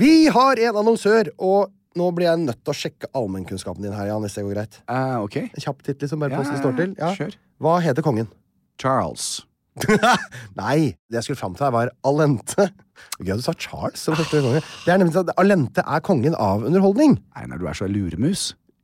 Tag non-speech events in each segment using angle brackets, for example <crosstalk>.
Vi har en annonsør, og nå blir jeg nødt til å sjekke allmennkunnskapen din her, Jan, hvis det går greit. Eh, ok. En kjapp titt, liksom, bare Ja, på hvordan det ja, står til. ja. Kjør. Hva heter kongen? <laughs> Charles. Nei, det jeg skulle fram til her, var Alente. Gøy at du sa Charles som første konge. Det er nemlig sånn at Alente er kongen av underholdning. Einar, du er så luremus.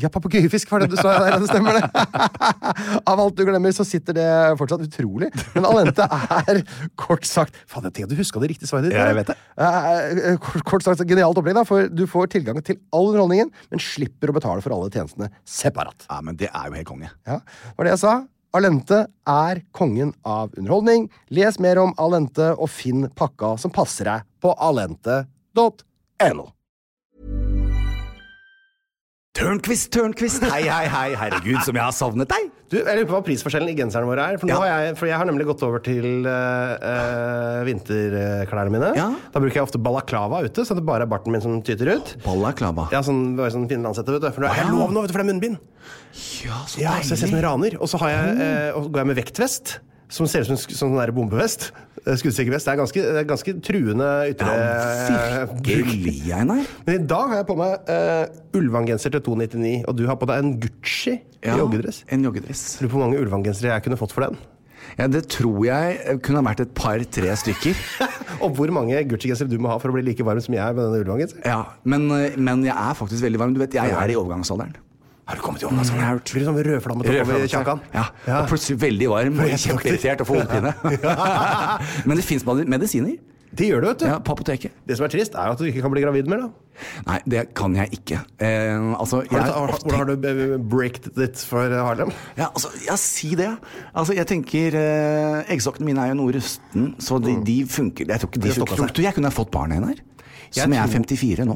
Ja, papegøyefisk var det du sa der, ja, det stemmer det. <laughs> Av alt du glemmer, så sitter det fortsatt utrolig. Men Alente er kort sagt Faen, jeg tenkte du huska det riktige svaret ditt. Ja, jeg vet det. Eh, eh, Kort, kort sagt, genialt opplegg, da, for du får tilgang til all underholdningen, men slipper å betale for alle tjenestene separat. Ja, men det er jo helt konge. Ja, var det jeg sa. Alente er kongen av underholdning. Les mer om Alente og finn pakka som passer deg på alente.no. Tørnquist, Tørnquist, hei, hei, hei, herregud, som jeg har savnet deg! Du, jeg lurer på hva prisforskjellen i genserne våre er. For, nå Ja. har jeg, for jeg har nemlig gått over til eh, eh, vinterklærne mine. Ja. Da bruker jeg ofte balaklava ute, så det bare er barten min som tyter ut. Balaklava. Ja, sånn, bare sånn finlandshette, vet du. For det er Wow. lov nå, vet du, for det er munnbind. Ja, så Ja, så jeg ser ut som en raner. Og så har jeg, eh, og så går jeg med vektvest, som ser ut som en sk- sånn der bombevest. Eh, Skuddsikker vest. Det er ganske, det er ganske truende ytre eh, Ja, virkelig, Einar. Men i dag har jeg på meg uh, ulvangenser til 299, og du har på deg en Gucci Ja, joggedress. En joggedress. Lurer på hvor mange ulvangensere jeg kunne fått for den. Ja, det tror jeg eh, kunne ha vært et par-tre <laughs> stykker. Og hvor mange Gucci-gensere du må ha for å bli like varm som jeg er med denne ulvangenseren. Ja, men, eh, men jeg er faktisk veldig varm. Du vet, jeg er i overgangsalderen. Har du kommet i overgangsalderen? Blir sånn rødflammet oppover kjakan. Ja. Og plutselig veldig varm <laughs> og kjempeirritert og får hodepine. <laughs> Men det fins medisiner. Det gjør du, vet du. Ja, på apoteket. Det som er trist, er jo at du ikke kan bli gravid mer, da. Nei, det kan jeg ikke. Eh, altså, Har jeg, du, har, hvordan har du eh, breaked it for eh, Harlem? ja, altså, ja, si det. Altså, jeg tenker eh, Eggstokkene mine er jo noe rusten, så de, Mm. de funker. Jeg tror ikke de har stokka funker. Tror du jeg kunne ha fått barn, Einar? Som jeg er 54 nå.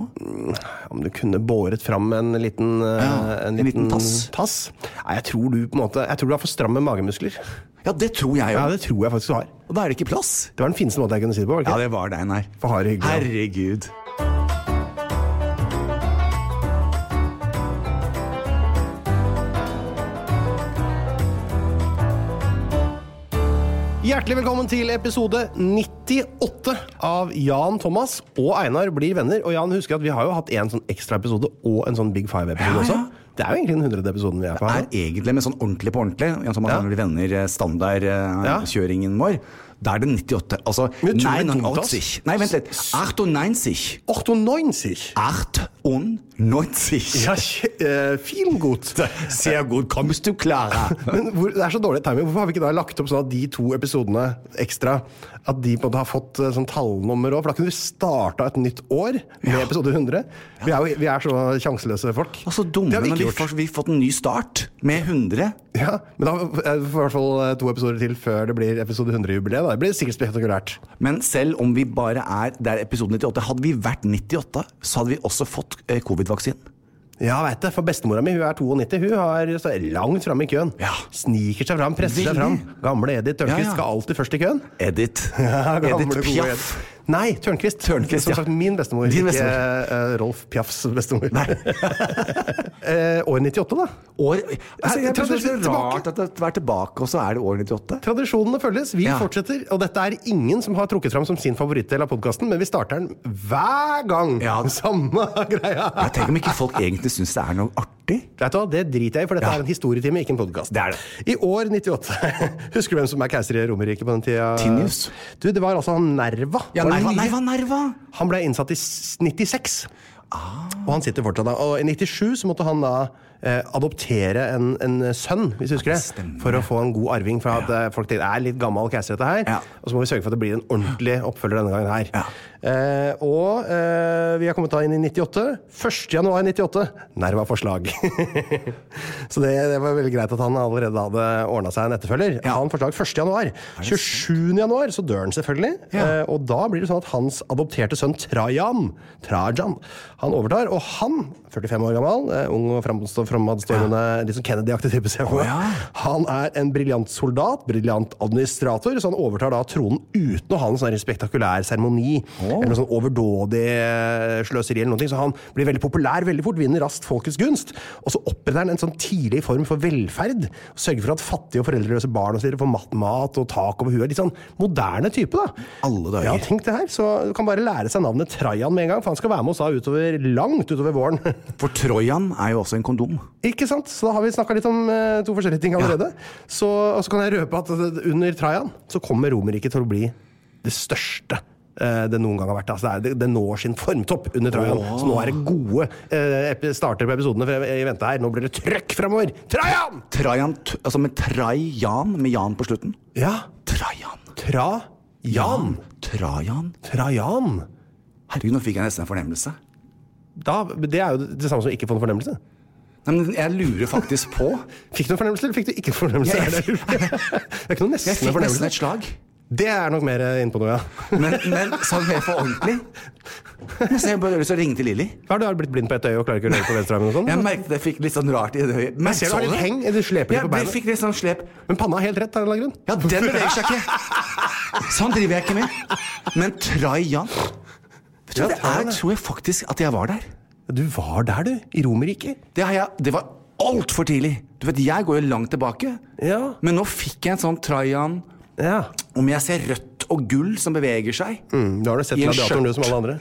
Om du kunne båret fram en liten, eh, Ja, en liten tass. Nei, jeg tror du på en måte Jeg tror du har for stramme magemuskler. Ja, det tror jeg Ja, jo. det tror jeg faktisk du har. Og da er det ikke plass. Det var den fineste måten jeg kunne si det på. var det Ja, ikke? det var det, Einar. For harde hyggelig, ja. Herregud. Hjertelig velkommen til episode 98 av Jan Thomas og Einar blir venner. Og Jan, husker at vi har jo hatt en sånn ekstra episode og en sånn Big Five-episode Ja, også. ja. Det er jo egentlig den hundrede episoden vi er på er her. egentlig med sånn ordentlig på ordentlig, Jan Thomas Ja. Hanner venner, eh, Ja. standardkjøringen vår, da er det 98. Altså Men utrolig dumt, ass. 99. Nei, vent litt. 98. 98. 98. 90. Ja, kje- <laughs> eh, fin godt. Sehr gut, kommst du, Klara? Men hvor, det er så dårlig timing. Hvorfor har vi ikke da lagt opp sånn at de to episodene ekstra At de på en måte har fått eh, sånn tallnummer òg? For da kunne vi starta et nytt år med episode 100. Vi er, jo, vi er så sjanseløse folk. Og så dumme det har vi når vi ikke gjort. får, vi har fått en ny start med 100. Ja, men da får vi i hvert fall eh, to episoder til før det blir episode 100-jubileet. Det blir sikkert spektakulært. Men selv om vi bare er der episode 98, hadde vi vært 98, så hadde vi også fått eh, covid-vaksinen. Ja, veit det. For bestemora mi hun er 92. Hun har står langt framme i køen. Ja. Sniker seg fram, presser seg Veldig. fram. Gamle Edith Tørnquist Ja, ja. skal alltid først i køen. <laughs> Edith. Gamle, Edith gode Piaf. Edith. Nei, Tørnquist. Tørnquist, Som ja. sagt, min bestemor. Din Ikke bestemor. eh, Rolf Piafs bestemor. Nei. <laughs> Eh, år 98, da. År, altså, jeg Tradisjon synes det er tilbake. rart at det er tilbake, og så er det år 98. Tradisjonene følges. Vi Ja. fortsetter. Og dette er ingen som har trukket fram som sin favorittdel av podkasten, men vi starter den hver gang. Ja. <laughs> Samme greia. Jeg tenker om ikke folk egentlig syns det er noe artig. Vet du hva, Det driter jeg i, for dette Ja. er en historietime, ikke en podkast. Det er det. I år 98 <laughs> Husker du hvem som er keiser i Romerriket på den tida? Tinius. Du, Det var altså han Nerva. Var det Nerva, nye? Nerva, Nerva! Han ble innsatt i s- 96. Og han sitter fortsatt da. Og i 97 så måtte han da eh, adoptere en, en sønn, hvis du husker det. Stemmer. For å få en god arving. For at eh, folk tenkte det er litt gammel keiser, dette her. Ja. Og så må vi sørge for at det blir en ordentlig oppfølger denne gangen her. Ja. Eh, og eh, vi har kommet da inn i 98. 1. januar 98. Nerva forslag. <laughs> så det, det var veldig greit at han allerede hadde ordna seg en etterfølger. Ja. Han forslag 1. januar. 27. januar så dør han selvfølgelig. Ja. Eh, og da blir det sånn at hans adopterte sønn Trajan Trajan, han overtar. Og han, 45 år gammel, eh, ung og framstå- fremadstormende, litt sånn Kennedy-aktig type, ser jeg for meg. Å, ja. Han er en briljant soldat, briljant administrator, så han overtar da tronen uten å ha en sånn spektakulær seremoni eller noe sånn overdådig eh, sløseri eller noe. ting. Så han blir veldig populær veldig fort, vinner raskt folkets gunst. Og så oppretter han en sånn tidlig form for velferd. Sørger for at fattige og foreldreløse barn og så videre får mat, mat og tak over huet. Litt sånn moderne type, da. Alle dager. Ja, tenk det her. Så du kan bare lære seg navnet Trajan med en gang, for han skal være med oss da utover langt utover våren. <laughs> For Trojan er jo også en kondom. Ikke sant? Så da har vi snakka litt om eh, to forskjellige ting allerede. Så, og så kan jeg røpe at eh, under Trajan så kommer Romerriket til å bli det største eh, det noen gang har vært. Altså, det, er, det, det når sin formtopp under Trajan. Så nå er det gode eh, epi- starter på episodene for jeg, jeg venter her. Nå blir det trøkk framover! Trajan! Trajan, t- altså med Trajan, med Jan på slutten. Ja. Trajan. Trajan. Trajan. Trajan. Herregud, nå fikk jeg nesten en fornemmelse. Da, det er jo det samme som ikke få noen fornemmelse. Nei, men jeg lurer faktisk på <laughs> Fikk du en fornemmelse, eller fikk du ikke en fornemmelse? Jeg- Er <laughs> det, det er ikke noe nesten Jeg fikk nesten fornemmelse. et slag. Det er nok mer eh, innpå noe, ja. Men, men sånn helt for ordentlig. Nesten jeg bare har lyst til å ringe til Lilly. Har du har du blitt blind på ett øye og klarer ikke å høre på venstre armen? og sånn? Jeg merket jeg fikk litt sånn rart i det øyet. Men ser du har litt heng, du sleper litt på beinet. Jeg fikk litt sånn slep. Men panna er helt rett. av en eller annen grunn. Ja, den beveger seg ikke. Sånn driver jeg ikke med. Men Trajan Vet du, Ja, hva, Det Trajan, er, ja. tror jeg faktisk at jeg var der. Du var der, du. I Romerriket. Det, har jeg, det var altfor tidlig. Du vet, Jeg går jo langt tilbake. Ja. Men nå fikk jeg en sånn Trajan Ja. Om jeg ser rødt og gull som beveger seg. Mm, du har vel sett I en Gladiatoren, du, som alle andre?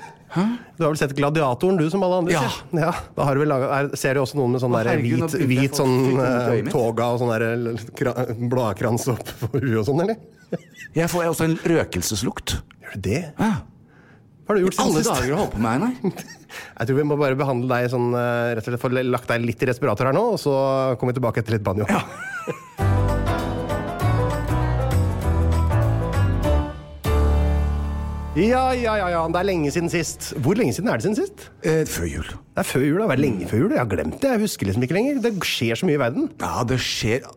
Du har vel sett Gladiatoren, du, som alle andre? Ja. sier. ja. Da har du vel laget, er, ser du også noen med sånn Å, der herregud, nå hvit, begynte jeg å hvit få- sånn fikk vondt i eh, øyet mitt. toga og sånn der l- kra- bladkrans opp på huet og sånn, eller? Jeg får også en røkelseslukt. Gjør du det? Ja. Hva har du gjort siden Alle sist? dager å holde på med, Einar. Jeg tror vi må bare behandle deg sånn, eh, rett og slett få lagt deg litt i respirator her nå, og så kommer vi tilbake etter litt banjo. <laughs> Ja, ja, ja, ja, det er lenge siden sist. Hvor lenge siden er det siden sist? Eh, før jul. Det er før jul, det har vært lenge før jul. Jeg har glemt det, jeg husker liksom ikke lenger. Det skjer så mye i verden. Ja, det skjer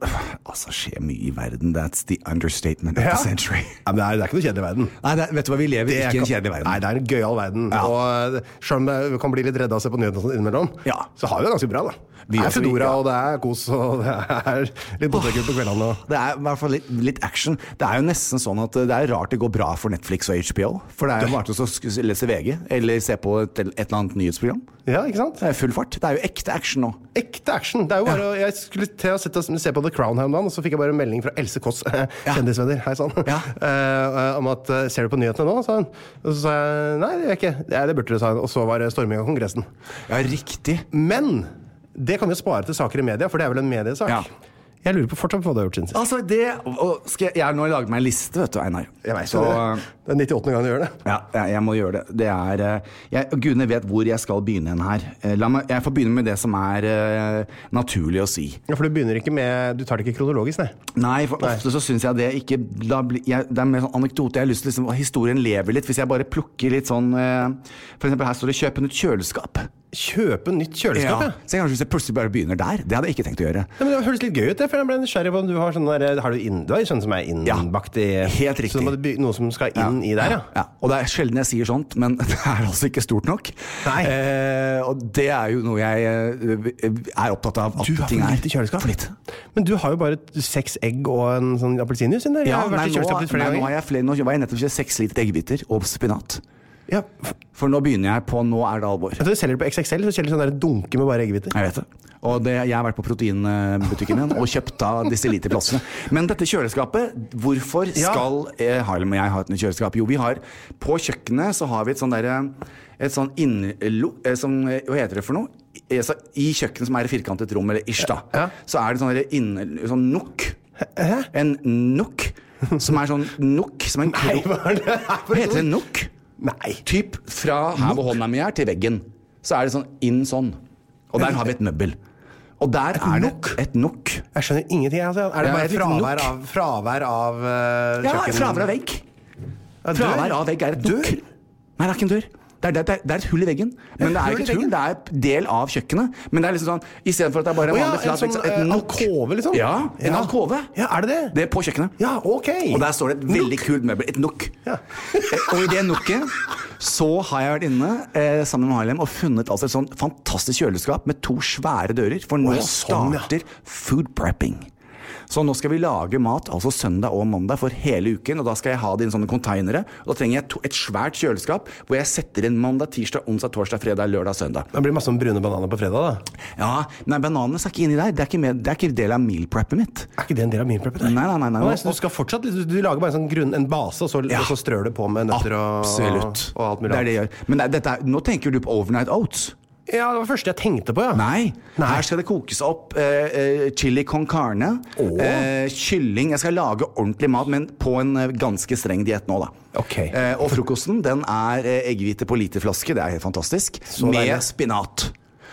Altså, skjer mye i verden. That's the understatement of Ja. the century. Ja, men det er, det er ikke noe kjedelig verden. Nei, det, vet du hva, vi lever Det er ikke i en ikke- kjedelig verden. Nei, det er en gøyal verden. Ja. Og eh, selv om jeg kan bli litt redd av å se på nyhetene og sånn innimellom, Ja. så har vi det ganske bra, da. Vi det har er så- Foodora, ja. og det er kos, og det er litt botegull på kveldene. Og... Det er i hvert fall litt, litt action. Det er jo nesten sånn at det er rart det går bra for Netflix og HBO. For det er jo bare til å sk- lese VG eller se på et, et eller annet nyhetsprogram. Ja, ikke sant? Det er full fart. Det er jo ekte action nå. Ekte action. Det er jo bare, å- Jeg skulle til å sitte og se på The Crown her om dagen, og så fikk jeg bare en melding fra Else Kåss, <laughs> kjendisvenner, hei sann, Ja. <laughs> Eh, eh, om at eh, 'ser du på nyhetene nå?' sa hun. Og så sa jeg nei, det gjør jeg ikke. Det, det burde du, sa hun. Og så var det storming av Kongressen. Ja, riktig. Men det kan vi jo spare til saker i media, for det er vel en mediesak. Ja. Jeg lurer på fortsatt på hva du har gjort siden sist. Altså, det og skal jeg, jeg har nå laget meg en liste, vet du, Einar. Jeg vet Så, jo det. Det er 98. gang du gjør det. Ja, jeg, jeg må gjøre det. Det er eh, jeg, Gudene vet hvor jeg skal begynne hen her. Eh, La meg, jeg får begynne med det som er eh, naturlig å si. Ja, For du begynner ikke med Du tar det ikke kronologisk, nei? Nei, for ofte så syns jeg det ikke da, blir- jeg, Det er mer sånn anekdote. Jeg har lyst til liksom, Historien lever litt. Hvis jeg bare plukker litt sånn eh, For eksempel her står det 'kjøp nytt kjøleskap'. Kjøpe nytt kjøleskap, ja. Så jeg kanskje hvis jeg plutselig bare begynner der. Det hadde jeg ikke tenkt å gjøre. Ja, men Det høres litt gøy ut, det, for jeg ble nysgjerrig på om du har sånne der, eh, har du, inn, du har jo sånne som er Ja, innbakt i helt riktig. Så du må by- noe som skal inn i der, ja. ja. Og det er sjelden jeg sier sånt, men <laughs> det er altså ikke stort nok. Nei. Eh, og det er jo noe jeg eh, er opptatt av. at Du har ting for er- lite kjøleskap. For lite. Men du har jo bare seks egg og en sånn appelsinjuice inni der. Ja, Jeg har nei, vært i nå, kjøleskapet ditt flere nei, nå, ganger. har jeg flere, nå var jeg nettopp kjøpt seks liter eggehviter og spinat. Ja, f- For nå begynner jeg på Nå er det alvor. vet du, du selger det på XXL, så selger du sånn der dunke med bare eggehviter. Jeg vet det. Og det, jeg har vært på proteinbutikken igjen og kjøpt da disse literplassene. Men dette kjøleskapet, hvorfor Ja. skal eh, Harlem og jeg ha et nytt kjøleskap? Jo, vi har På kjøkkenet så har vi et sånn derre Et sånn innlo... eh, Som, eh, hva heter det for noe? I, så, I kjøkkenet som er et firkantet rom, eller ish, da, Ja. så er det sånn derre inn... Sånn nok. En nok. Som er sånn nok som en kro... <laughs> hva er det her for Heter det nok? Nei. Typ fra her hvor hånda mi er, til veggen. Så er det sånn inn sånn. Og der har vi et møbel. Og der er det nok? et nok. Jeg skjønner ingenting. Altså. Er Ja, det bare et lite fravær nok. av, fravær av uh, Ja, kjøkken? fravær av vegg. Ja, dør. Fravær av vegg er et nok. Dør? Nei, det er ikke en dør. Det er, det, er, det er et hull i veggen. Men det er hull i ikke et veggen? hull, det er del av kjøkkenet. Men det er liksom sånn istedenfor at det er bare Å en ja, vanlig en flat sånn vegg, så eh, et nok. alkove, liksom? Ja, en alkove. Ja, er det det? Det er på kjøkkenet. Ja, ok. Og der står det et veldig kult møbel. Et nok. Ja. Eh, og i det nokket så har jeg vært inne eh, sammen med Harlem og funnet altså et sånn fantastisk kjøleskap med to svære dører. For Å, nå ja, sånn, ja. starter food prepping. Så nå skal vi lage mat altså søndag og mandag for hele uken. Og da skal jeg ha det i sånne konteinere. Og da trenger jeg to, et svært kjøleskap hvor jeg setter inn mandag, tirsdag, onsdag, torsdag, fredag, lørdag, søndag. Det blir masse om brune bananer på fredag, da. Ja, nei, bananene skal ikke inn i der. Det er ikke, med, det er ikke del av meal preppet mitt. Er ikke det en del av min prep? Nei, nei, nei, nei. Å, nei, så du skal fortsatt du, du lager bare en, sånn grunn, en base, og så, Ja. og så strør du på med nøtter og, Absolutt. og alt mulig Det er det jeg gjør. Men det, er- dette er, nå tenker du på overnight oats. Ja, det var det første jeg tenkte på, ja. Nei. Nei. Her skal det kokes opp eh, eh, chili con carne. Åh. Eh, kylling. Jeg skal lage ordentlig mat, men på en eh, ganske streng diett nå, da. Ok. Eh, og frokosten den er eh, eggehvite på literflaske. Det er helt fantastisk. Så Med deilig. spinat.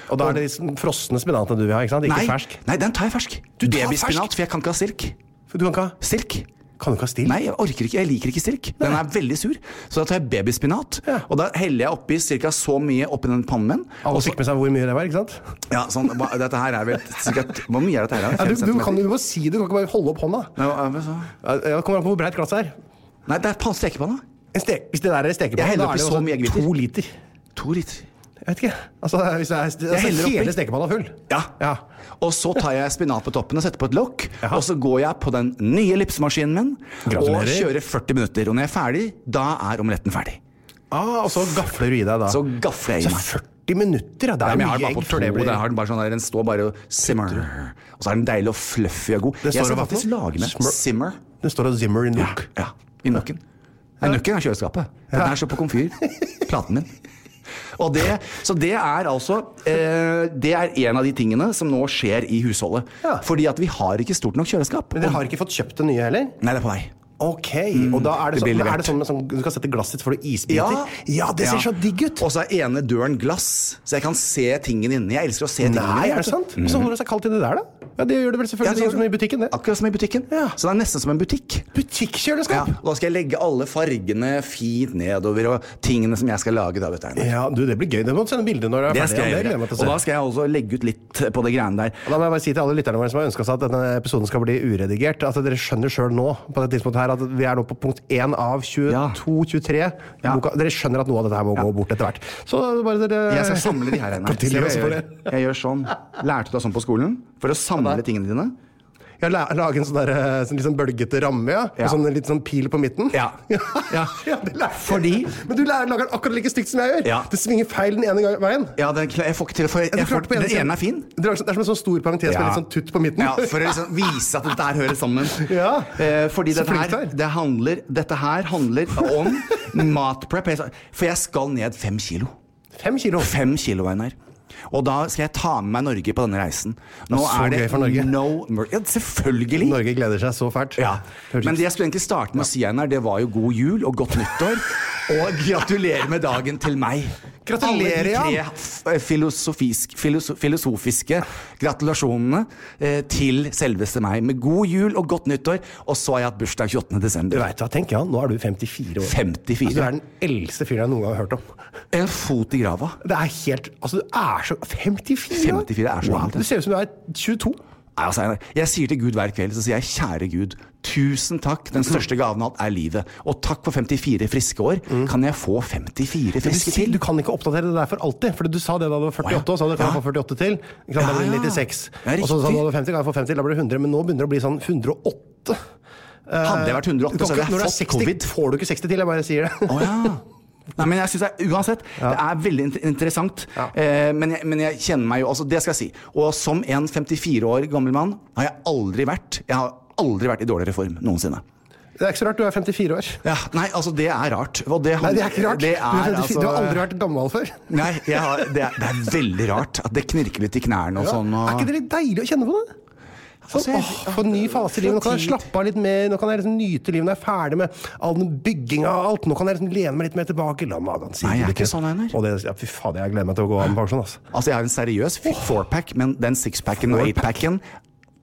Og da er det de frosne spinatene du vil ha, ikke sant? Ikke Nei, fersk. nei, den tar jeg fersk. Du tar Babyspinat, fersk? for jeg kan ikke ha sirk. For du kan ikke ha Sirk? Kan du ikke ha stil? Nei, jeg orker ikke, jeg liker ikke sirk. Den er veldig sur. Så da tar jeg babyspinat, Ja. og da heller jeg oppi ca. så mye oppi den pannen. Alle Og fikk så, med seg hvor mye det var, ikke sant? ja, sånn, hva- dette her er vel sikkert Hvor mye er dette her? da? Ja, du, <laughs> Fem du, centimeter? kan, du må si det, du kan ikke bare holde opp hånda. Nei, hva er det så? Ja, Det kommer an på hvor breit glasset er. Nei, det er pan- stekepanne. En stek, hvis det der er en stekepanne, Jeg heller da er oppi det så også mye eggehviter. to liter. To liter. Jeg vet ikke. Altså, hvis det er, altså, heller oppi. hele stekepanna full. Ja. ja. Og så tar jeg spinat på toppen og setter på et lokk. Jaha. Og så går jeg på den nye lipsmaskinen min Gratulerer. og kjører 40 minutter. Og når jeg er ferdig, da er omeletten ferdig. Ah, og så gafler du i deg da. Så gafler jeg i Så meg. 40 minutter, ja. Det Ja, er men jo jeg mye har den bare egg på to. før det blir Der har den, bare sånn der, den står bare og simmer. Og så er den deilig og fluffy og god. Det Jeg står skal hva for faktisk noe? lage med Smør- simmer Det står og zimmer in ja, look. ja, i nøkken. Nei, nøkken er kjøleskapet. Den er så på komfyr. Platen min. Og det, så det er altså eh, Det er en av de tingene som nå skjer i husholdet. Ja. Fordi at vi har ikke stort nok kjøleskap. Men dere har ikke fått kjøpt det nye heller? Nei, det er på vei. Ok, og da er det, sånn, det blir men levert. er det sånn, med sånn du skal sette glasset ditt for å isbiter? ja, det ser Ja. så digg ut! Og så er ene døren glass, så jeg kan se tingene inni. Jeg elsker å se tingene Nei, inni, er det vet du. sant? Så holder det seg kaldt i det der, da? Ja, Det gjør det vel Ja, selvfølgelig det sånn som i butikken, det. Akkurat som i butikken. Ja. Så det er nesten som en butikk. Ja, Butikkjøleskap! og da skal jeg legge alle fargene fint nedover, og tingene som jeg skal lage. da, vet du. Ja. Einar. du, det blir gøy. Det må du sende bilde når du er Det ferdig. skal ja, jeg gleder gjøre. meg til å Og da se. skal jeg også legge ut litt på det greiene der. Da må jeg bare si til alle lytterne våre som har ønska seg at denne episoden skal bli uredigert, at dere skjønner sjøl nå på dette tidspunktet her, at vi er nå på punkt 1 av 22-23. Ja. Boka- Dere skjønner at noe av dette her må gå bort etter hvert. Så bare dere Jeg skal samle de <laughs> <laughs> her. Einar. Kan Se hva tilgi oss jeg, for gjør. det. jeg gjør sånn. Lærte du deg sånn på skolen? For å samle tingene dine? Ja, la, lage en sånn, der, eh, sånn litt sånn bølgete ramme, ja. Ja. Og sånn litt sånn pil på midten. Ja. Ja. <laughs> Ja, det lærte jeg. Fordi- Men du lærer, lager den akkurat like stygt som jeg gjør. Ja. Det svinger feil den ene gang- veien. Ja, den, kla- jeg får ikke til for jeg, Ja, du jeg får, klarte på Den siden. ene er fin. Det er, sånn- det er som en sånn stor parentes med Ja. litt sånn tutt på midten. Ja, for å liksom vise at dette her hører sammen. Ja. Eh, fordi Så dette flink du her, er. det handler, dette her handler om matprep. Jeg sa- For jeg skal ned fem kilo. <laughs> Fem kilo. Fem kilo, Einar. Og da skal jeg ta med meg Norge på denne reisen. Nå Det er så gøy for Norge. no mer ja, Selvfølgelig! Norge gleder seg så fælt. Ja. Høres Men ut- det jeg skulle egentlig starte med å si, Einar, det var jo god jul og <laughs> godt nyttår. Og gratulerer med dagen til meg. Gratulerer, Alle de ja. tre f- eh, filosofisk, filoso- filosofiske gratulasjonene eh, til selveste meg. Med god jul og godt nyttår. Og så har jeg hatt bursdag 28. Du desember. vet hva, tenk ja, nå er du 54 år. 54. Altså, du er den eldste fyren jeg noen gang har hørt om. En fot i grava. Det er helt Altså, du er så 54 år! 54 er så wow, gammelt, ja. Du ser ut som du er 22. Nei, altså, Einar, jeg sier til Gud hver kveld, så sier jeg kjære Gud, tusen takk. Den største gaven av alt er livet. Og takk for 54 friske år. Kan jeg få 54 Mm. Du, friske sier, til? du kan ikke oppdatere det der for alltid, for du sa det da du var 48, Å, ja. og så sa du kan jeg Ja. få 48 til. Ikke sant, da Ja, blir ja. det 96. Ja, og så sa du da riktig. du var 50, kan jeg få 50, da blir det 100. Men nå begynner det å bli sånn 108. Hadde jeg vært 108, Du kan så hadde ikke- når du er jeg fått 60, covid. Får du ikke 60 til, jeg bare sier det. Å ja. Nei, men jeg synes det er, Uansett, det er veldig inter- interessant. Ja. Eh, men, jeg, men jeg kjenner meg jo altså, Det skal jeg si. Og som en 54 år gammel mann har jeg aldri vært Jeg har aldri vært i dårligere form noensinne. Det er ikke så rart, du er 54 år. Ja, nei, altså, det er rart. Og det, Nei, det er ikke rart. Det du, er 54, er, altså, du har aldri vært gammel før. Nei, jeg har, det, er, det er veldig rart. At det knirker litt i knærne og sånn. Og, Er ikke det litt deilig å kjenne på det? Sånn, Altså, jeg- åh, Få en ny fase i livet. Nå kan jeg Fra tid- slappe av litt mer. Nå kan jeg liksom nyte livet når jeg er ferdig med all den bygginga og alt. Nå kan jeg liksom lene meg litt mer tilbake. La magen si Nei, jeg er ikke sånn, Einar. Og det, ja, fy fader, jeg gleder meg til å gå av med pensjon, altså. Altså, jeg har en seriøs fi- fourpack, men den sixpacken og eightpacken,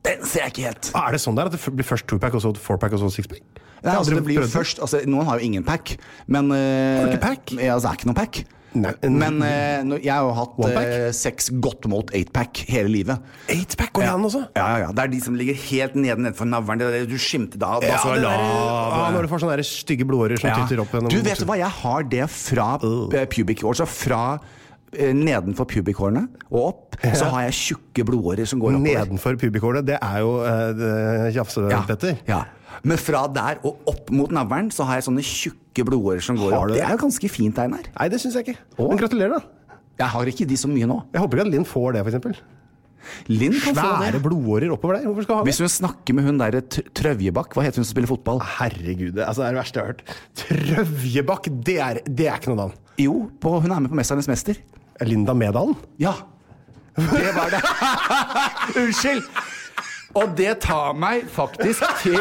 den ser jeg ikke helt. Er det sånn der at det f- blir først two-pack, og så four-pack, og så six-pack? Jeg Nei, har altså, aldri det blir jo prøvd først altså, Noen har jo ingen pack, men Har du ikke pack? Ja, altså, det er ikke noen pack. Nei. Men eh, nå- jeg har jo hatt One pack? eh, seks godt målt eightpack hele livet. Eight-pack går det an også? Ja, ja, ja. Det er de som ligger helt nede nedenfor navlen. Det er det du skimter da. da så det der- lav. eh. ja, når du får sånne der stygge blodårer som Ja. titter opp gjennom Du vet hva, jeg har det fra eh, pubic hår. Så fra eh, nedenfor pubic-hårene og opp, så har jeg tjukke blodårer som går oppover. Nedenfor pubikhålet, det er jo uh, jafse, Petter. Ja. Men fra der og opp mot navlen så har jeg sånne tjukke blodårer som går Har opp. du Det det? er jo ganske fint, Einar. Nei, det syns jeg ikke. Men gratulerer, da. Jeg har ikke de så mye nå. Jeg håper ikke at Linn får det, f.eks. Linn kan få Svære det. blodårer oppover der. Hvorfor skal hun ha det? Hvis hun snakker med hun derre Tr- Trøvjebakk, hva heter hun som spiller fotball? Herregud, det- altså, det er det verste jeg har hørt. Trøvjebakk, det er, det er ikke noe navn. Jo, på, hun er med på 'Mesternes mester'. Linda Medalen? Ja. Det var det. <laughs> Unnskyld! Og det tar meg faktisk til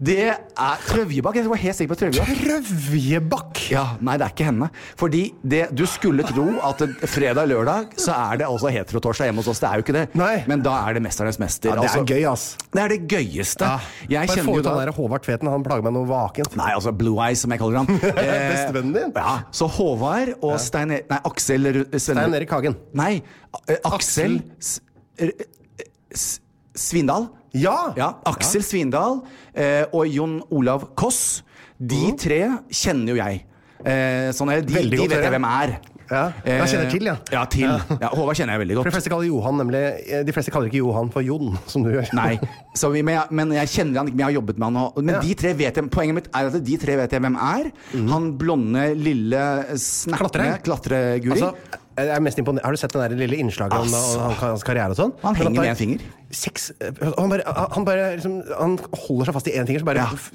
Det er Trøvjebakk. Jeg var helt sikker på Trøvjebakk. Trøvjebakk! Ja, Nei, det er ikke henne. Fordi det, du skulle tro at det- fredag-lørdag så er det altså heterotorsdag hjemme hos oss. Det er jo ikke det. Nei. Men da er det 'Mesternes mester'. Ja, det er altså. gøy, ass. Det er det gøyeste. Jeg Bare kjenner få jo ut han da der Håvard Tveten, han plager meg noe vakent. Nei, altså Blue Eyes, som jeg <laughs> kaller han. Bestevennen din? Ja, så Håvard og Stein E- Nei, Aksel Ru- Sven- Stein Erik Hagen. Nei, eh, Aksel S- R- eh, S- Svindal. Ja! Ja, Aksel Svindal eh, og Jon Olav Koss. De tre kjenner jo jeg. Eh, sånn er det. De, Mhm. Veldig de godt, vet jeg dere. hvem er. Eh, Ja, jeg kjenner til, ja. Ja, til. Ja, Håvard kjenner jeg veldig For godt. De fleste kaller Johan nemlig eh, De fleste kaller ikke Johan for Jon, som du gjør. Nei, så vi, men, jeg, men jeg kjenner han ikke, men jeg har jobbet med han. Og, men Ja. Mhm. de tre vet jeg, poenget mitt er at de tre vet jeg hvem er. Han blonde, lille, snappende Klatreren. klatreguri. Altså, jeg er mest imponert. Har du sett den der lille innslaget om Altså. om han- hans karriere og sånn? Han henger Men at med en finger. Seks, og han, bare, han, bare liksom, han holder seg fast i én finger, så bare Ja. f-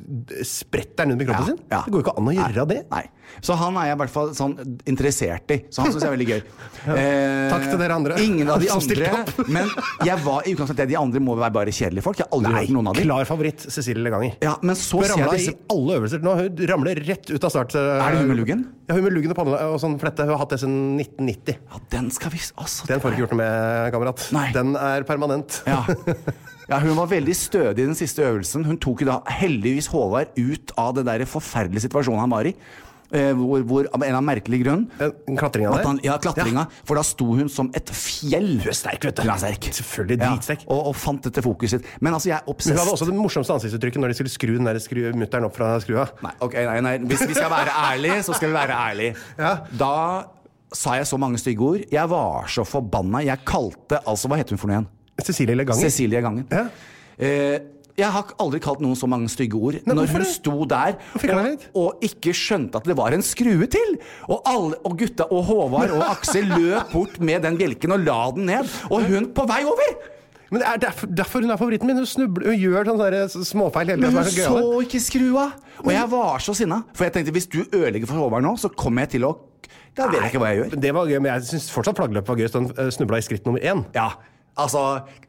spretter den ut med kroppen Ja, sin. ja. Det går jo ikke an å gjøre det. Nei. Så han er jeg i hvert fall sånn interessert i. Så han syns jeg er veldig <laughs> gøy. Eh, Takk til dere andre Ingen av <laughs> de som stilte andre. opp. Men jeg var i utgangspunktet De andre må være bare kjedelige folk. Jeg har aldri hørt noen av dem. Klar favoritt Cecilie Leganger. Ja, men så Hun ser jeg ramla i disse alle øvelser nå. Hun ramler rett ut av start. eh, Er det hun med luggen? Ja, hun med luggen og panna og sånn flette. Hun har hatt det siden 1990. Ja, den skal vi altså, Den får du ikke gjort noe med, kamerat. Nei. Den er permanent. Ja. ja, hun var veldig stødig i den siste øvelsen. Hun tok jo da heldigvis Håvard ut av den der forferdelige situasjonen han var i. eh, Hvor, hvor av en eller annen merkelig grunn <laughs> Den Klatringa at der. han, ja, klatringa. For da sto hun som et fjell. Hun er sterk, vet du. Hun er sterk. Selvfølgelig dritsterk. og, og fant dette fokuset sitt. Men altså, jeg er Hun hadde obsess. også det morsomste ansiktsuttrykket når de skulle skru den der skru, mutteren opp fra skrua. Nei, ok, nei, nei. Hvis vi skal være ærlige, så skal vi være ærlige. Da sa jeg så mange stygge ord. Jeg var så forbanna. Jeg kalte altså Hva heter hun for noe igjen? Cecilie Leganger. Cecilie Gangen. Ja. Eh, jeg har ikke- aldri kalt noen så mange stygge ord. når hvorfor hun det? sto der fikk hun og, det og ikke skjønte at det var en skrue til! Og, alle, og gutta og Håvard og Aksel løp bort med den bjelken og la den ned. Og hun på vei over! Men det er derfor, derfor hun er favoritten min. Hun, snubler, hun gjør sånne der eh, småfeil hele tiden. Men som hun er så gøyale. så ikke skrua! Og jeg var så sinna. For jeg tenkte hvis du ødelegger for Håvard nå, så kommer jeg til å Da vet jeg ikke hva jeg gjør. Men Det var gøy, men jeg syns fortsatt flaggløpet var gøy. så Den eh, snubla i skritt nummer én. Ja, altså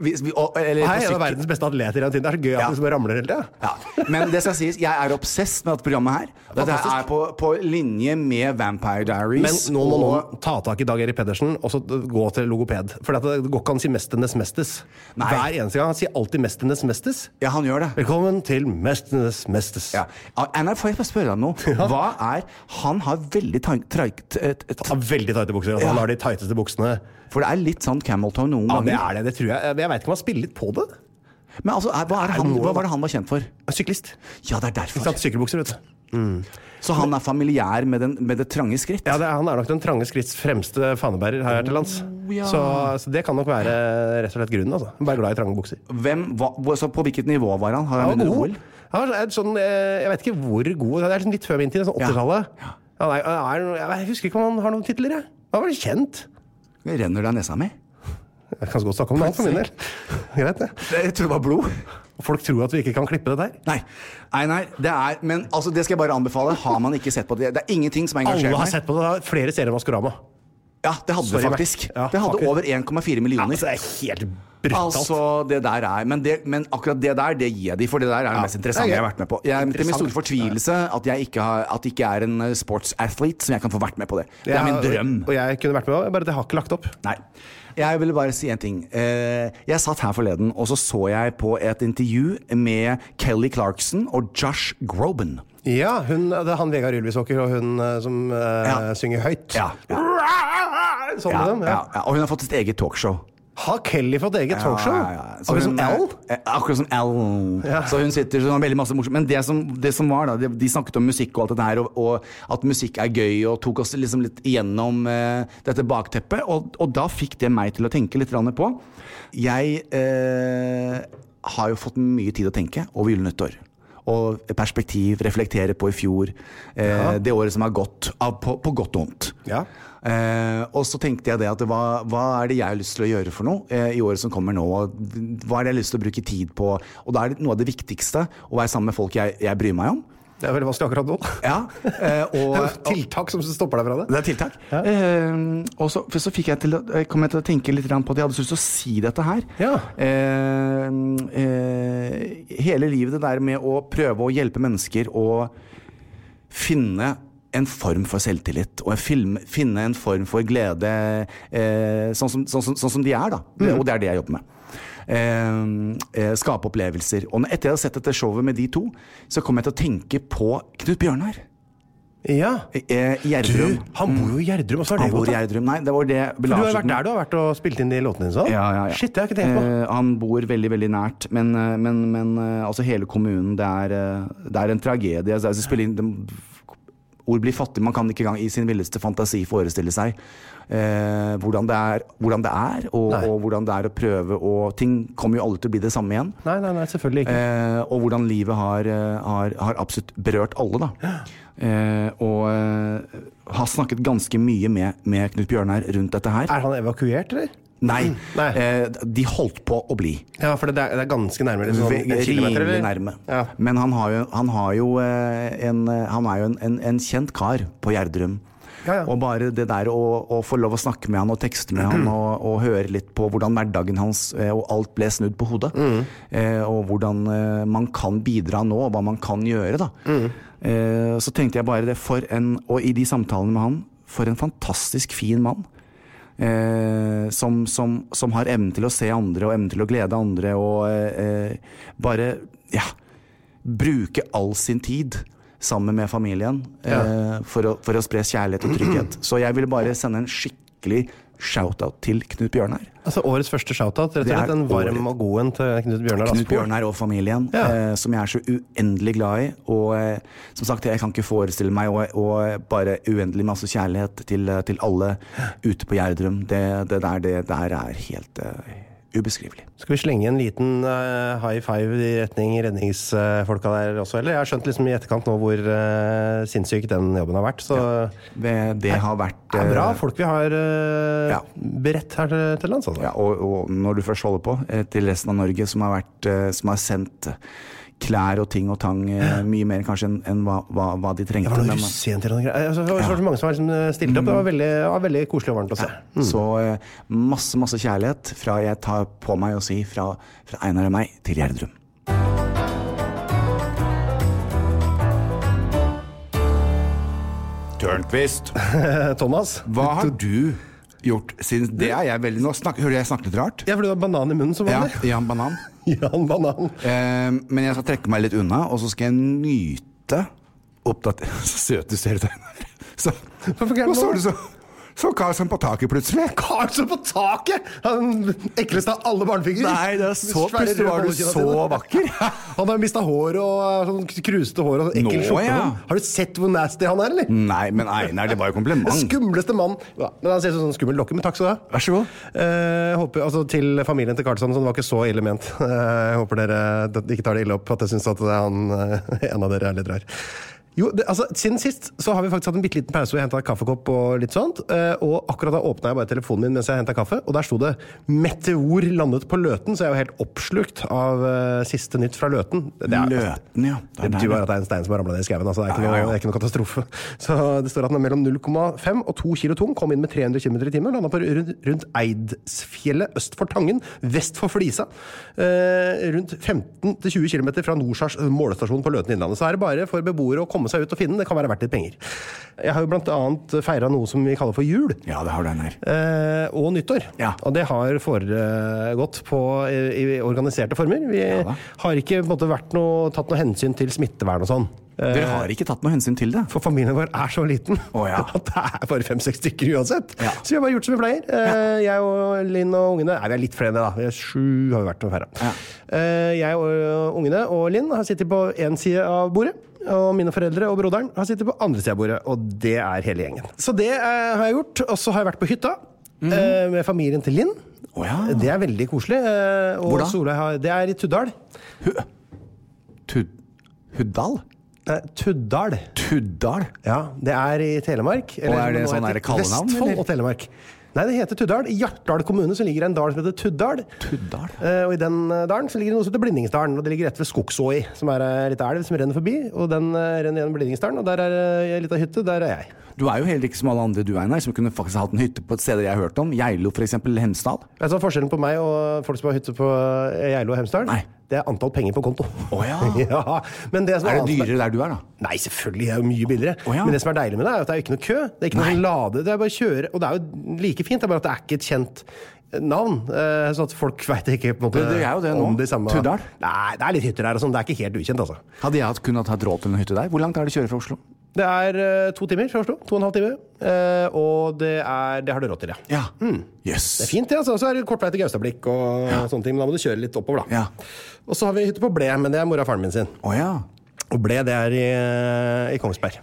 hvis vi, og, eller, på Hei, jeg er sykkel- verdens beste atleter hele tiden. Det er så gøy at Ja. du bare ramler hele tida. Ja. Men det skal sies, jeg er obsess med dette programmet her. Dette Fantastisk. er på, på linje med Vampire Men Diaries. nå må og- noen ta tak i Dag Erik Pedersen og så gå til logoped. For det går ikke an å si 'Mesternes mestes'. Nei. Hver eneste gang. Han sier alltid 'Mesternes mestes'. Ja, han gjør det. Velkommen til 'Mesternes mestes'. Ja. Einar, får jeg bare spørre deg om noe? Hva er Han har veldig tan- tra- t- t- t- Han har veldig tighte bukser. altså. Han har de tighteste buksene. For det er litt sånn camel toe noen Ja, ganger. det er det. det tror jeg. Jeg veit ikke om han spiller litt på det. Men altså, er, hva, er han, noe- hva var det han var kjent for? Syklist. Ja, det Ikke er derfor. sant? Sykkelbukser, vet du. Så han er familiær med, den, med det trange skritt? Ja, det er, Han er nok den trange skritts fremste fanebærer her til lands. så, så det kan nok være rett og slett grunnen. altså. Han er Bare glad i trange bukser. Hvem, hva, hvor- så på hvilket nivå var han? Har Han han var vunnet god. OL? Han var sånn, eh, jeg vet ikke hvor god Det er sånn litt før min tid, sånn 80-tallet. Han er- han er- Jeg husker ikke om han har noen titler. jeg. Han var kjent. Det Renner det av <laughs> nesa mi? Jeg kan så godt snakke om det for min del. Greit, det. Jeg tror det var blod. Folk tror at vi ikke kan klippe det der. <laughs> Nei, nei, nei det er Men altså, det skal jeg bare anbefale. Har man ikke sett på det Det er ingenting som engasjerer Alle har meg. sett på det. det. er Flere serier enn Maskorama. Ja, det hadde Sorry, det Mac. faktisk. Ja, det hadde fucker. over 1,4 millioner. Altså, det er helt brutalt. Altså, det der er men, det, men akkurat det der, det gir jeg de, for det der er det mest interessante det er jeg gøy. har vært med på. Jeg, til min store fortvilelse at jeg ikke, har, at jeg ikke er en eh, sportsathlete som jeg kan få vært med på det. Det er min drøm. Og jeg kunne vært med, bare det har ikke lagt opp. Nei. Jeg ville bare si en ting. Eh, Jeg satt her forleden, og så så jeg på et intervju med Kelly Clarkson og Josh Groban. Ja, hun, det er han Vegard Ylvisåker og hun eh, som eh, Ja. synger høyt. Ja. Sånn Ja, med dem, ja. ja, ja. Og hun har fått sitt eget talkshow. Har Kelly fått eget talkshow? sånn Ja, ja, ja. Så Akkurat som hun er- Al? eh, Akkurat som Al. Så hun sitter sånn veldig masse morsomt. Men det som, det som var, da, de, de snakket om musikk og alt dette her, og, og at musikk er gøy, og tok oss liksom litt igjennom eh, dette bakteppet. Og, og da fikk det meg til å tenke litt grann på Jeg eh, har jo fått mye tid å tenke over julenyttår. Og perspektiv, reflektere på i fjor, eh, det året som har gått, av, på, på godt og vondt. Ja. Eh, og så tenkte jeg det at hva, hva er det jeg har lyst til å gjøre for noe eh, i året som kommer nå? Hva er det jeg har lyst til å bruke tid på? Og da er det noe av det viktigste å være sammen med folk jeg, jeg bryr meg om. Det er veldig vanskelig akkurat nå. Ja, eh, <laughs> og, og Tiltak som stopper deg fra det. det er tiltak. Eh, og så, for så fikk jeg til, å- eh, kom jeg til å tenke litt grann på at jeg hadde så lyst til å si dette her. Ja. Eh, eh, hele livet det der med å prøve å hjelpe mennesker å finne en form for selvtillit, og en film, finne en form for glede, eh, sånn, som, sånn, som, sånn som de er, da. Mm. Det- Og det er det jeg jobber med. Eh, eh, skape opplevelser. Og når- etter jeg hadde sett dette showet med de to, så kom jeg til å tenke på Knut Bjørnar Ja. eh, i Du, Gjerdrum. han bor jo i Gjerdrum. og så er Han det bor godt, i da. Gjerdrum. Nei, det var det For Du har jo avslutten- vært der du har vært og spilt inn de låtene dine? sånn? Ja, ja, ja. Shit, det har jeg ikke tenkt på. Eh, han bor veldig, veldig nært, men, eh, men, men eh, altså hele kommunen, det er, eh, det er en tragedie. Det er- det spiller inn, det, ord blir fattig, man kan ikke engang i sin villeste fantasi forestille seg eh, hvordan det er, hvordan det er og, og hvordan det er å prøve, og ting kommer jo alle til å bli det samme igjen. Nei, nei, nei, selvfølgelig ikke. Eh, og hvordan livet har, eh, har, har absolutt berørt alle, da. Eh, og eh, har snakket ganske mye med, med Knut Bjørnar rundt dette her. Er han evakuert, eller? Nei, Nei. Eh, de holdt på å bli. Ja, for det er, det er ganske nærmere. Sånn, Ve- en kilometer, Rimelig eller? nærme. Ja. Men han, har jo, han, har jo eh, en, eh, han er jo en, en, en kjent kar på Gjerdrum. Ja, ja. Og bare det der å, å få lov å snakke med han og tekste med han og, og høre litt på hvordan hverdagen hans eh, og alt ble snudd på hodet. Mm. Eh, og hvordan eh, man kan bidra nå, og hva man kan gjøre, da. Mm. Eh, så tenkte jeg bare det for en Og i de samtalene med han, for en fantastisk fin mann. Eh, som, som, som har evnen til å se andre og evnen til å glede andre og eh, eh, bare ja, bruke all sin tid sammen med familien eh, for, å, for å spre kjærlighet <clears throat> og trygghet. Så jeg vil bare sende en skikkelig shout-out til Knut Bjørnar. Altså Årets første shoutout. Rett og Det er slett en varm årets- og god en til Knut Bjørnar Knut Aspro. Bjørnar og familien, Ja. eh, som jeg er så uendelig glad i. Og eh, som sagt, jeg kan ikke forestille meg å å bare uendelig masse kjærlighet til, eh, til alle ute på Gjerdrum. Det, det der det der er helt eh, ubeskrivelig. Skal vi slenge en liten eh, high five i retning redningsfolka der også, eller? Jeg har skjønt liksom i etterkant nå hvor eh, sinnssyk den jobben har vært, så Det, det har vært det er bra eh, folk vi har eh, Ja. beredt her til- til lands, altså. Ja, og, og når du først holder på, eh, til resten av Norge som har, vært, eh, som har sendt eh, klær og ting og tang eh, mye mer kanskje enn enn hva, hva, hva de trengte. Det var men noe man- russejenter og noe greier. Altså, det var så mange som har liksom stilt opp. Det Mm. var veldig, det var veldig koselig og varmt å se. Så eh, masse, masse kjærlighet fra jeg tar på meg å si fra, fra Einar og meg til Gjerdrum. Tørnquist, Eh, Thomas? hva har du gjort siden Det er jeg veldig nå. Snak, hører jeg snakke litt rart? Ja, fordi du har banan i munnen som Ja, vanlig? Jan Banan. <laughs> Jan Banan. Eh, men jeg skal trekke meg litt unna, og så skal jeg nyte oppdater... <laughs> Så søt du ser ut, Einar. Så, Hvorfor kan jeg nå nå? står du så Så Karlsson på taket plutselig. Karlsen på taket! Han ekleste av alle barnefigurer. Nei, det er så- Svære plutselig var du røde så hodekinn. <laughs> Han har mista hår og sånn krusete hår og sånn ekkel Nå, skjorte. ja. og sånn. Har du sett hvor nasty han er, eller? Nei, men Einar, det var jo Den kompliment. skumleste mannen. Ja, men han ser ut som en sånn skummel lokke, men takk skal du ha. Vær så god. Eh, håper, altså, til familien til Karlsson, så det var ikke så ille ment. <laughs> Eh, Jeg håper dere d- ikke tar det ille opp at jeg syns at det er han, eh, <laughs> en av dere er litt rar. Jo, det, altså, Siden sist så har vi faktisk hatt en bitte liten pause hvor jeg henta kaffekopp og litt sånt. eh, Og akkurat da åpna jeg bare telefonen min mens jeg henta kaffe, og der sto det 'Meteor landet på Løten', så jeg er jo helt oppslukt av eh, siste nytt fra Løten. Det er- Løten, ja. Det det er betyr der, bare at det er en stein som har ramla ned i skauen. Altså. Det, er ikke Ja, ja, ja. noe- det er ikke noe katastrofe. Så Det står at den er mellom 0,5 og 2 kilo tung, kom inn med 300 km i timen og landa på rundt, rundt Eidsfjellet øst for Tangen, vest for Flisa. Eh, rundt 15-20 km fra Norsars målestasjon på Løten Innlandet. Så er det bare for beboere å komme seg ut og finne den. Det kan være verdt litt penger. Jeg har jo bl.a. feira noe som vi kaller for jul. Ja, det har du, Einar. eh, Og nyttår. Ja. Og det har foregått på, i, i organiserte former. Vi da. har ikke på en måte, vært noe, tatt noe hensyn til smittevern og sånn. Eh, Dere har ikke tatt noe hensyn til det? For familien vår er så liten Å, ja. <laughs> at det er bare fem-seks stykker uansett. Ja. Så vi har bare gjort som vi pleier. Eh, Jeg og Linn og ungene Nei, vi er litt flere enn det, da. Vi er sju har vi vært med færre. Ja. Eh, Jeg og ungene og Linn har sittet på én side av bordet. Og mine foreldre og broderen har sittet på andre sida av bordet. Og det er hele gjengen. Så det eh, har jeg gjort. Og så har jeg vært på hytta Mhm. eh, med familien til Linn. Å ja. Det er veldig koselig. eh, Og Ah. Hvor da? Solveig har, det er i Tuddal. Tud... Huddal? Nei, Tuddal. Tuddal? Ja, det er i Telemark. Og er det nå sånn heter der kallenavn, Vestfold eller? og Telemark. Nei, det heter Tuddal. I Hjartdal kommune så ligger det en dal som heter Tuddal. Tuddal? Eh, og i den eh, dalen så ligger det noe som heter Blindingsdalen. Og det ligger rett ved Skogsåi, som er ei lita elv som renner forbi. Og den eh, renner gjennom Blindingsdalen, og der er eh, ei lita hytte. Der er jeg. Du er jo heller ikke som alle andre du, Einar, som kunne faktisk hatt en hytte på et sted jeg har hørt om. Geilo, for eksempel. Hemsedal. Vet du hva Altså, forskjellen på meg og folk som har hytte på eh, Geilo og Hemsedal? Nei. Det er antall penger på konto. Å ja. <laughs> ja. Men det som Er altså, det annet med- dyrere der du er, da? Nei, selvfølgelig. Det er jo mye billigere. Å, ja. Men det som er deilig med det, er at det er jo ikke noe kø. Det er ikke noe sånn lade. Det er bare å kjøre. Og det er jo like fint, det er bare at det er ikke et kjent eh, navn. eh, Sånn at folk <laughs> veit ikke på en måte, Det- det er jo det nå. om de samme Tuddal? Nei, det er litt hytter her og sånn. Det er ikke helt ukjent, altså. Hadde jeg hatt- kunnet hatt råd til en hytte der? Hvor langt er det å kjøre fra Oslo? Det er eh, to timer fra Oslo. To og en halv time. eh, Og det, er, det har du råd til, ja. Ja. Jøss. Det er fint, det. altså. Så er det kort vei til Gaustablikk og sånne ting. Men da må du kjøre litt oppover, da. Ja. Og så har vi hytte på Ble, men det er mora og faren min sin. Å ja. Og Ble, det er i, i Kongsberg.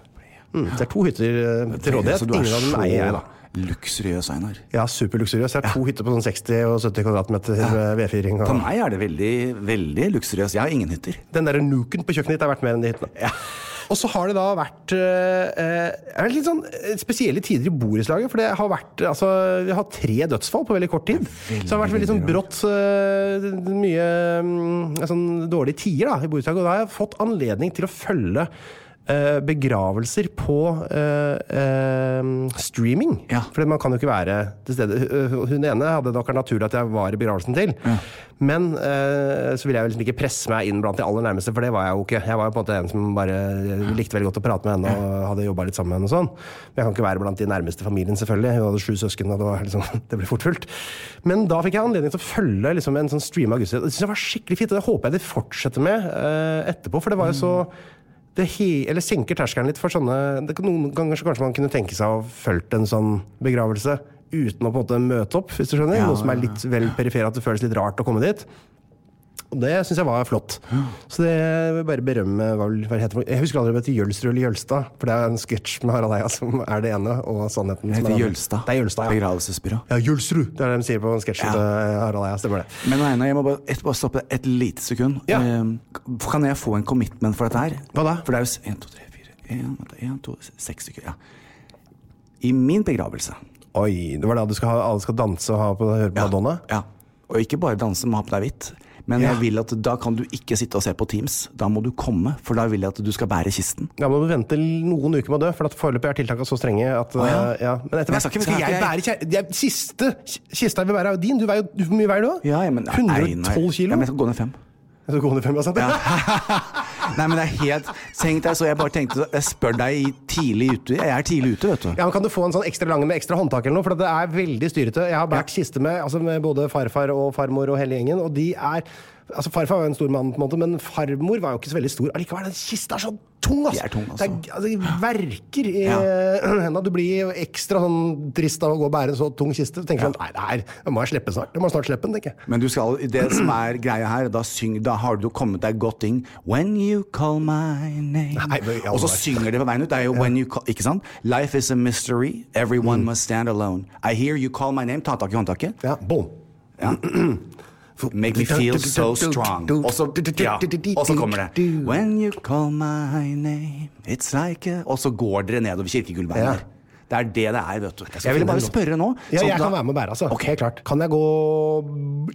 Mm, så det er to hytter eh, til rådighet. Så du er Ingen av dem så eier jeg, da. luksuriøs, Einar. Ja, superluksuriøs. Jeg har to hytter på sånn 60 og 70 kvadratmeter eh, med vedfyring. For Og... meg er det veldig, veldig luksuriøst. Jeg har ingen hytter. Den der nuken på kjøkkenet ditt er verdt mer enn de hyttene. <laughs> Og så har det da vært eh, eh, er det litt sånn eh, spesielle tider i borettslaget. For det har vært eh, altså, vi har hatt tre dødsfall på veldig kort tid. så det har vært veldig sånn brått eh, mye mm, sånn dårlige tider da, i borettslaget. Og da har jeg fått anledning til å følge eh, begravelser på eh, eh, streaming. Ja. For man kan jo ikke være til stede. Hun- Hun ene hadde det nok vært naturlig at jeg var i begravelsen til. Men eh, så ville jeg jo liksom ikke presse meg inn blant de aller nærmeste, for det var jeg jo ikke. Jeg var jo på en måte en som bare øh, likte veldig godt å prate med henne og hadde jobba litt sammen med henne og sånn. Men jeg kan ikke være blant de nærmeste familien, selvfølgelig. Hun hadde sju søsken, og det, var liksom, <laughs> det ble fort fullt. Men da fikk jeg anledning til å følge liksom, en sånn stream av gudstjeneste. Det synes jeg var skikkelig fint, og det håper jeg de fortsetter med eh, etterpå, for det var jo så det he eller senker terskelen litt for sånne det, kan- Noen ganger så kanskje man kunne tenke seg å ha fulgt en sånn begravelse uten å på en måte møte opp, hvis du skjønner. Ja, Noe som er litt vel perifer, at det føles litt rart å komme dit. Og det syns jeg var flott. Så det vil jeg bare berømme hva, vel- hva det heter for- Jeg husker aldri om det heter Jølsrud eller Jølstad, for det er en sketsj med Harald Eia som er det ene, og sannheten som er Det heter det andre. Jølstad. Det er Jølstad, ja. Begravelsesbyrå. Ja, Jølsrud! Det er det de sier på en sketsj Ja. til Harald Eia. Stemmer det. Men Einar, jeg må bare, et, bare stoppe et lite sekund. Ja. Ehm, kan jeg få en commitment for dette her? Hva da? For det er jo s- en, to, tre, fire, en, vent, en, to, seks stykker. Ja. I min begravelse Oi, det var da du skal ha, alle skal danse og ha på, høre på Madonna? Ja. Og ikke bare danse, må ha på deg hvitt. Men Ja. jeg vil at da kan du ikke sitte og se på Teams. Da må du komme, for da vil jeg at du skal bære kisten. Da må du vente noen uker med å dø, for at foreløpig er tiltakene så strenge at ja. eh, ja. Men etter Men jeg hvert skal skal ikke- jeg bære kjære... det er Siste kista jeg vil bære, er jo din. Du veier jo Hvor mye veier du, da? Ja, ja, men, 112 Ja, kilo? men jeg skal gå ned fem. Jeg tror kone fem har sagt det. <laughs> Nei, men det er helt Tenk deg, så jeg bare tenkte Jeg spør deg i tidlig ute. Jeg er tidlig ute, vet du. Ja, men Kan du få en sånn ekstra lang med ekstra håndtak eller noe? For det er veldig styrete. Jeg har båret kiste med, altså med både farfar og farmor og hele gjengen, og de er Altså Farfar var jo en stor mann, på en måte men farmor var jo ikke så veldig stor. Allikevel, den kista er så tung! Altså. De er tung, altså. Det er, altså, de verker i Ja. <clears throat> hendene. Du blir jo ekstra sånn trist av å gå og bære en så tung kiste. Du tenker sånn Nei, det her det må jeg slippe snart. Det må jeg snart slippe den, tenker jeg. Men du skal, det som er greia her, da, syng, da har du kommet deg godt inn. When you call my name Nei, men i all Og så verden. synger de på veien ut. Det er jo when you call, ikke sant? Life is a mystery. Everyone Mm. must stand alone. I hear you call my name. Ta tak i håndtaket. Ja, boom. Make me feel so strong. Og så, ja, og så kommer det. When you call my name, it's like a Og så går dere nedover kirkegulvet Ja. her. Det er det det er, vet du. Jeg finne ville bare en låt. spørre nå. Ja, sånn jeg da- kan være med og bære, altså. Ok. Helt klart. Kan jeg gå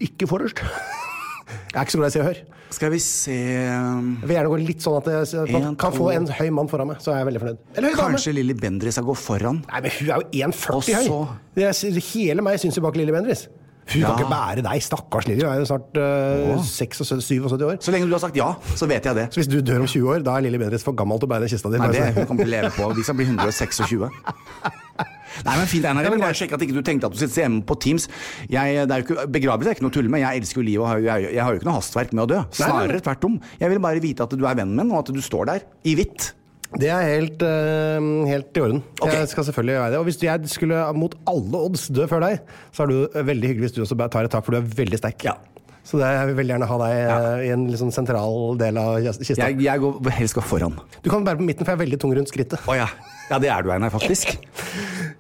ikke forrest? <laughs> jeg er ikke så glad i Se og Hør. Skal vi se um, Jeg vil gjerne gå litt sånn at jeg at man En, kan to. få en høy mann foran meg, så er jeg veldig fornøyd. Eller høy Kanskje dame. Lilly Bendriss skal gå foran? Nei, men hun er jo 1,40 høy. Og så- Det er, s- hele meg syns jo bak Lille Bendriss. Hun Ja. kan ikke bære deg, stakkars Lilly. Hun er jo snart øh, 76 77 år. Så lenge du har sagt ja, så vet jeg det. Så hvis du dør om 20 år, da er Lilly Bendriss for gammel til å bære kista di. Nei, Bare det så- hun kommer til å leve på. Vi skal bli 126. <laughs> Nei, men fint, Einar. Jeg vil bare sjekke at ikke du tenkte at du sitter hjemme på Teams. Jeg, det er jo ikke, begravelse er ikke noe tull med. Jeg elsker jo livet og har jo- jeg, jeg har jo ikke noe hastverk med å dø. Snarere tvert om. Jeg vil bare vite at du er vennen min, og at du står der i hvitt. <laughs> Det er helt, øh, helt i orden. Ok. Jeg skal selvfølgelig gjøre det. Og hvis jeg skulle mot alle odds dø før deg, så er du øh, veldig hyggelig hvis du også bare tar et tak, for du er veldig sterk. Ja. Så det, jeg vil veldig gjerne ha deg øh, i en litt sånn sentral del av kis- kista. Jeg, jeg går helst gå foran. Du kan bære på midten, for jeg er veldig tung rundt skrittet. Å ja. Ja, det er du, Einar, <laughs> faktisk.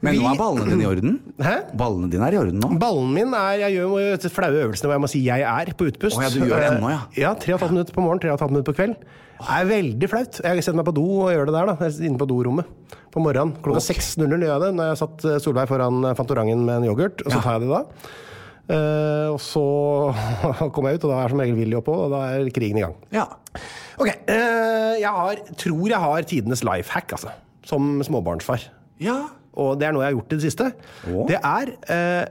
Men nå er ballene dine i orden. <clears throat> Hæ? Ballene dine er i orden nå. Ballen min er Jeg gjør jo flaue øvelser hvor jeg må si 'jeg er' på utpust. Å ja, du gjør det ennå, ja. Ja, Tre og et halvt minutt på morgen, tre og et halvt minutt på kveld. Det er veldig flaut. Jeg setter meg på do og gjør det der, da. Inne på dorommet. På morgenen klokka 6.00 gjør jeg det. Når jeg satt eh, Solveig foran eh, Fantorangen med en yoghurt, og så tar jeg det da. Eh, og så <laughs> kommer jeg ut, og da er som regel Willy oppå, og da er krigen i gang. Ja. Ok, eh, jeg har, tror jeg har tidenes life hack, altså. Som småbarnsfar. Ja. Og det er noe jeg har gjort i det siste. Å? Det er eh,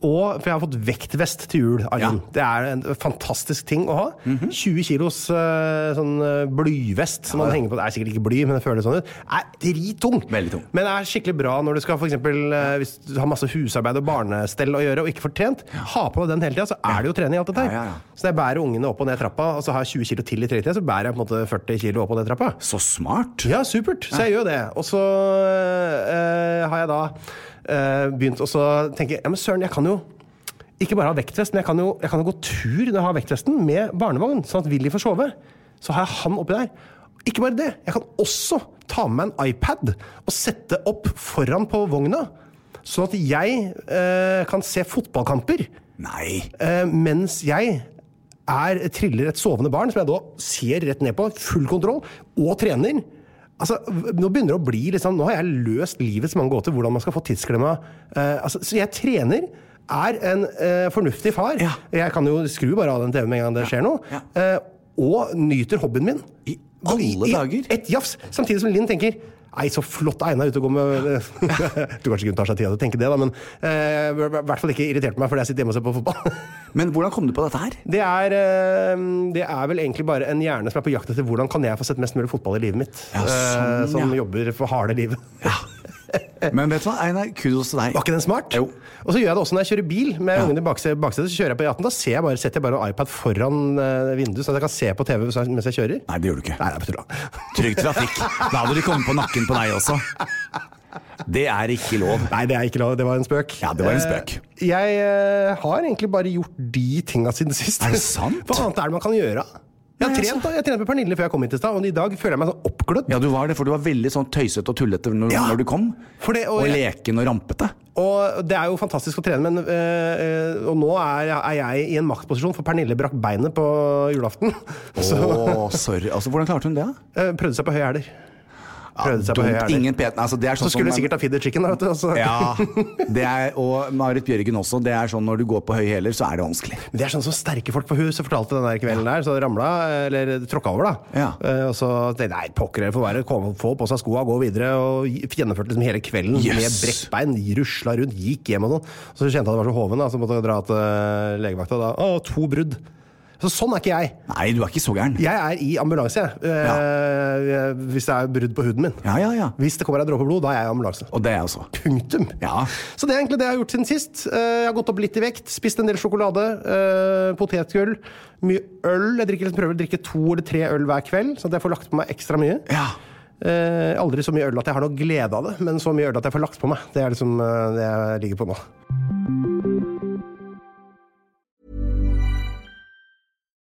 og, For jeg har fått vektvest til jul. Ja. Ja. Mhm. Det er en fantastisk ting å ha. 20 kilos eh, sånn eh, blyvest som man henger på. Det er sikkert ikke bly, men det føles sånn ut. Er drittung. Veldig tung. Men er skikkelig bra når du skal for eksempel, eh, hvis du har masse husarbeid og barnestell å gjøre og ikke får trent. Ha på deg den hele tida, så er det jo trening i alt dette her. Ja, ja, ja. Så når jeg bærer ungene opp og ned trappa, og så har jeg 20 kilo til i tredje, så bærer jeg på en måte 40 kilo opp og ned trappa. Så smart. Ja, supert. Så jeg gjør det. Og så øh, har jeg da øh, begynt å så tenke Ja, men søren, jeg kan jo ikke bare ha vektvest, men jeg kan jo, jeg kan jo gå tur når jeg har vektvesten, med barnevogn, sånn at Willy får sove. Så har jeg han oppi der. Ikke bare det. Jeg kan også ta med meg en iPad og sette opp foran på vogna. Sånn at jeg øh, kan se fotballkamper Nei. øh, mens jeg er, triller et sovende barn, som jeg da ser rett ned på, full kontroll, og trener. Altså, v- nå begynner det å bli liksom, Nå har jeg løst livets mange gåter, hvordan man skal få tidsklemma. Eh, altså, så jeg trener. Er en eh, fornuftig far. Ja. Jeg kan jo skru bare av den TV-en med en gang det skjer noe. Ja. Eh, og nyter hobbyen min. I alle dager? Et jafs. Samtidig som Linn tenker Nei, så flott Einar er ute og går med <laughs> Du kanskje ikke hun tar seg tid til å tenke det, da, men eh, i hvert fall ikke irritert meg fordi jeg sitter hjemme og ser på fotball. <laughs> Men hvordan kom du på dette her? Det er, eh, det er vel egentlig bare en hjerne som er på jakt etter hvordan kan jeg få sett mest mulig fotball i livet mitt. Ja, sånn, Eh, som ja. jobber for harde livet. Men vet du hva, Einar, kudos til deg. <laughs> Var ikke den smart? Jo. Og så gjør jeg det også når jeg kjører bil med ungene i bakse- baksetet. Så kjører jeg på E18, da ser jeg bare, setter jeg bare en iPad foran eh, vinduet, så at jeg kan se på TV mens jeg- mens jeg kjører. Nei, det gjør du ikke. Nei, det er på tulla. Trygg trafikk. Da hadde de kommet på nakken på deg også. Det er ikke lov. <laughs> Nei, det er ikke lov. Det var en spøk. Ja, det var en spøk. Eh, Jeg eh, har egentlig bare gjort de tinga siden sist. Er det sant? <laughs> Hva annet er det man kan gjøre? Jeg har Nei, trent da, jeg trente med Pernille før jeg kom hit i stad, og i dag føler jeg meg sånn oppglødd. Ja, du var det, for du var veldig sånn tøysete og tullete når, Ja. når du kom. For det- og og, jeg- leken og rampete. Og det er jo fantastisk å trene, men eh, eh, Og nå er, er jeg i en maktposisjon, for Pernille brakk beinet på julaften. <laughs> Så Åh, sorry. Altså, hvordan klarte hun det? da? eh, prøvde seg på høye hæler. Prøvde seg på høye Dumt. hæler. Ingen pet... Altså, det er sånn Så skulle hun <laughs> som- sikkert ha feeder chicken. Da, vet du, altså. Ja. Det er, og Marit Bjørgen også. Det er sånn når du går på høye hæler, så er det vanskelig. <laughs> Men Det er sånn som sterke folk på huset fortalte den der kvelden der. Så ramla, eller tråkka over, da. Ja. Eh, og så tenkte jeg, nei, pokker det får være. Kom, få på seg skoa, gå videre. Og gi- gjennomførte liksom hele kvelden med Yes. brekt bein. Rusla rundt, gikk hjem og sånn. Så kjente jeg at jeg var så hoven, da, så måtte jeg dra til eh, legevakta. Da. Å, to brudd. Så sånn er ikke jeg. Nei, du er ikke så gæren. Jeg er i ambulanse, jeg. Eh, Hvis det er brudd på huden min. Ja, ja, ja. Hvis det kommer en dråpe blod, da er jeg i ambulanse. Og det er jeg også. Punktum. Ja. Så det er egentlig det jeg har gjort siden sist. Eh, Jeg har gått opp litt i vekt, spist en del sjokolade, eh, potetgull, mye øl. Jeg drikker, liksom- prøver å drikke to eller tre øl hver kveld, sånn at jeg får lagt på meg ekstra mye. Ja. Eh, Aldri så mye øl at jeg har noe glede av det, men så mye øl at jeg får lagt på meg. Det er liksom eh, det jeg ligger på nå.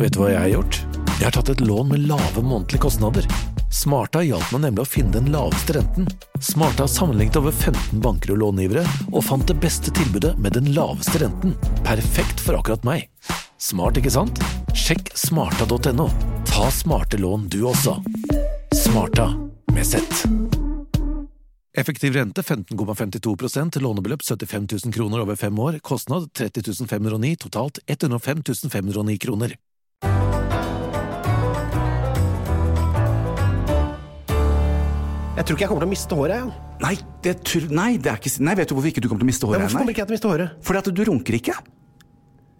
Vet du hva jeg har gjort? Jeg har tatt et lån med lave månedlige kostnader. Smarta hjalp meg nemlig å finne den laveste renten. Smarta sammenlignet over 15 banker og långivere, og fant det beste tilbudet med den laveste renten. Perfekt for akkurat meg. Smart, ikke sant? Sjekk smarta.no. Ta smarte lån du også. Smarta med Z. Effektiv rente 15,52 lånebeløp 75 000 kroner over fem år, kostnad 30 509, totalt 105 509 kroner. Jeg tror ikke jeg kommer til å miste håret. Jeg. Nei, det, tur- nei, det er ikke, s- nei, vet du hvorfor ikke du kommer til å miste Ja, håret? Hvorfor kommer Einar? ikke jeg til å miste håret? Fordi at du runker ikke.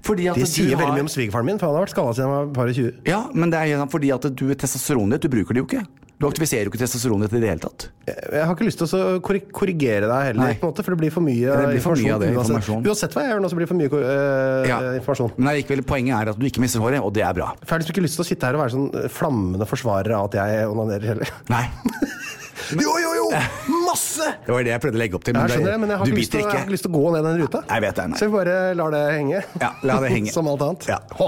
Fordi at Det du sier har- veldig mye om svigerfaren min, for han har vært skalla siden han var par og tjue. Ja, men det er igjen fordi at du testosteronet ditt, du bruker det jo ikke. Du aktiviserer jo ikke testosteronet ditt i det hele tatt. Jeg har ikke lyst til å så korri- korrigere deg heller, Nei. på en måte, for det blir for mye, det blir for mye av det, informasjon. Uansett, uansett hva jeg gjør nå, så blir det for mye eh, informasjon. Men likevel, poenget er at du ikke mister håret, og det er bra. For Jeg har liksom ikke lyst til å sitte her og være sånn eh, flammende forsvarer av at jeg onanerer <laughs> heller. Nei. Jo, jo, jo! Masse! Det var det jeg prøvde å legge opp til. Jeg Men skjønner det, men jeg har, du ikke lyst til, å- biter jeg har ikke ikke. lyst til å gå ned den ruta. Jeg vet det, nei. Så vi bare lar det henge. Ja, la det henge. <laughs> Som alt annet. Ja.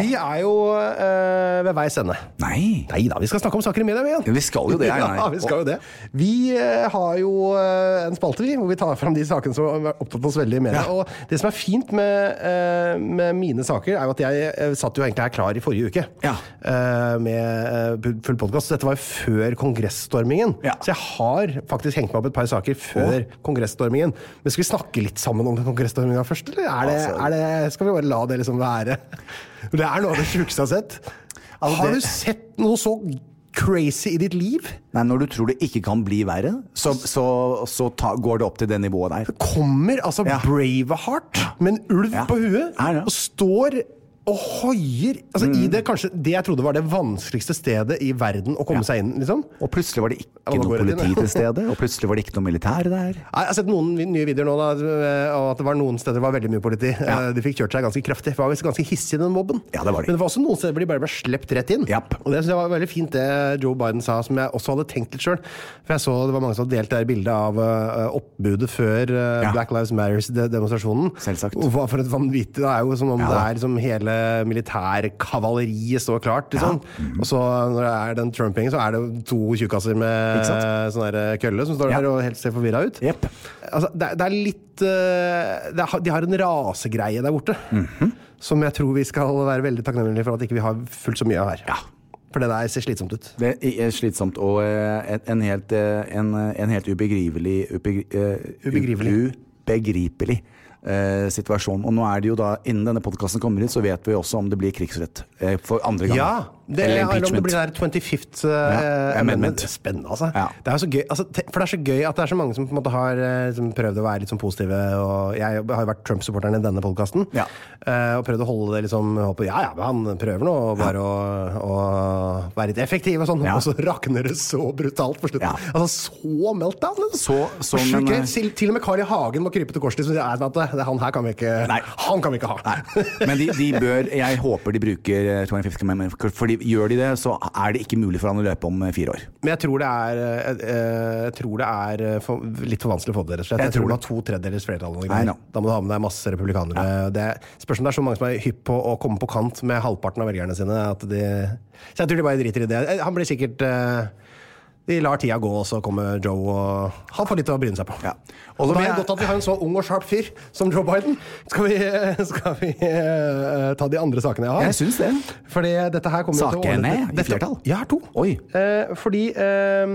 vi er jo eh, ved veis ende. Nei. Nei da, vi skal snakke om saker i media, vi igjen. Ja, vi skal jo det, <laughs> Einar. ja, vi skal jo det. Vi eh, har jo eh, en spalte, vi, hvor vi tar fram de sakene som har opptatt oss veldig i media. Ja. Og det som er fint med, eh, med mine saker, er jo at jeg eh, satt jo egentlig her klar i forrige uke. Ja. eh, Med eh, full podkast. Dette var jo før kongressstormingen. Ja. Så jeg har faktisk hengt meg opp et par saker før kongressstormingen. Men skal vi snakke litt sammen om kongressstorminga først, eller er det, Altså- er det, skal vi bare la det liksom være? <laughs> Det er noe av det sjukeste jeg har sett. har Altså, det- du sett noe så crazy i ditt liv? Nei, når du tror det ikke kan bli verre, så, så, så ta, går det opp til det nivået der. Kommer altså Ja. Braveheart med en ulv Ja. på huet Ja, ja. og står og hoier altså, Mm. i det kanskje det jeg trodde var det vanskeligste stedet i verden å komme seg inn. liksom. Og plutselig var det Ja, ikke nå noe går det politi inn. til stede, og plutselig var det ikke noe militær Nei, der. Jeg har sett noen vi- nye videoer nå, da, og at det var noen steder det var veldig mye politi. Eh, De fikk kjørt seg ganske kraftig. Det var visst ganske hissig, den mobben. Ja, det var de. Men det var også noen steder hvor de bare ble slept rett inn. Japp. Og det synes jeg var veldig fint det Joe Biden sa, som jeg også hadde tenkt litt sjøl. For jeg så det var mange som hadde delt det her bildet av eh, oppbudet før eh, Ja. Black Lives Matters-demonstrasjonen. Selvsagt. Og hva for et vanvittig Det er jo som om Ja, det da. er liksom hele militærkavaleriet står klart, liksom. Og så når det er den trumpingen, så er det to tjukkaser med Ikke sant? sånn der kølle som står Ja. der og helt ser forvirra ut. Jepp. Altså, det, er- det er litt eh, det er, De har en rasegreie der borte som jeg tror vi skal være veldig takknemlige for at ikke vi ikke har fullt så mye av her. For det der ser slitsomt ut. Det er slitsomt og eh, en- en helt, eh, en, en helt ubegrivelig ubegri- eh, Ubegrivelig. Ubegripelig eh, situasjon. Og nå er det jo da, innen denne podkasten kommer ut, så vet vi jo også om det blir krigsrett eh, for andre gang. Ja! Det, Eller eller, om det impeachment. blir det der 25th eh, Ja, amendment. amendment. Spennende, altså. Ja. Det er jo så gøy, altså, te- for det er så gøy at det er så mange som på en måte har eh, som prøvd å være litt sånn positive. Og jeg har jo vært Trump-supporteren i denne podkasten. Ja. og prøvd å holde det liksom håpet, Ja ja, men han prøver nå og bare å, å være litt effektiv og sånn. Ja. Og så rakner det så brutalt på slutten. Ja. Altså så meltdown! liksom. Så- så, Sjukt men, gøy. eh, til, til og med Carl I. Hagen må krype til korset og si at det, det, han her kan vi ikke Nei. Han kan vi ikke ha! Nei. Men de, de bør Jeg håper de bruker eh, 25th Amendment, fordi gjør de det, så er det ikke mulig for han å løpe om eh, fire år. Men jeg tror det er, eh, eh, jeg tror det er eh, for, litt for vanskelig å få det, rett og slett. Jeg Jeg, tror tror du det. har to tredjedels flertall. og I greier. know. Da må du ha med deg masse republikanere. Det spørs om det er så mange som er hypp på å komme på kant med halvparten av velgerne sine. At de, så jeg tror de bare driter i det. Eh, Han blir sikkert eh, De lar tida gå, og så kommer Joe og Han får litt å bryne seg på. Ja. Og da er Og da det vil jeg- godt at vi har en så ung og sharp fyr som Joe Biden. Skal vi, skal vi eh, ta de andre sakene jeg har? Jeg syns det. Fordi dette her kommer jo til å Sakene ordne- i Dette- flertall? Ja, to. Oi. Eh, fordi eh,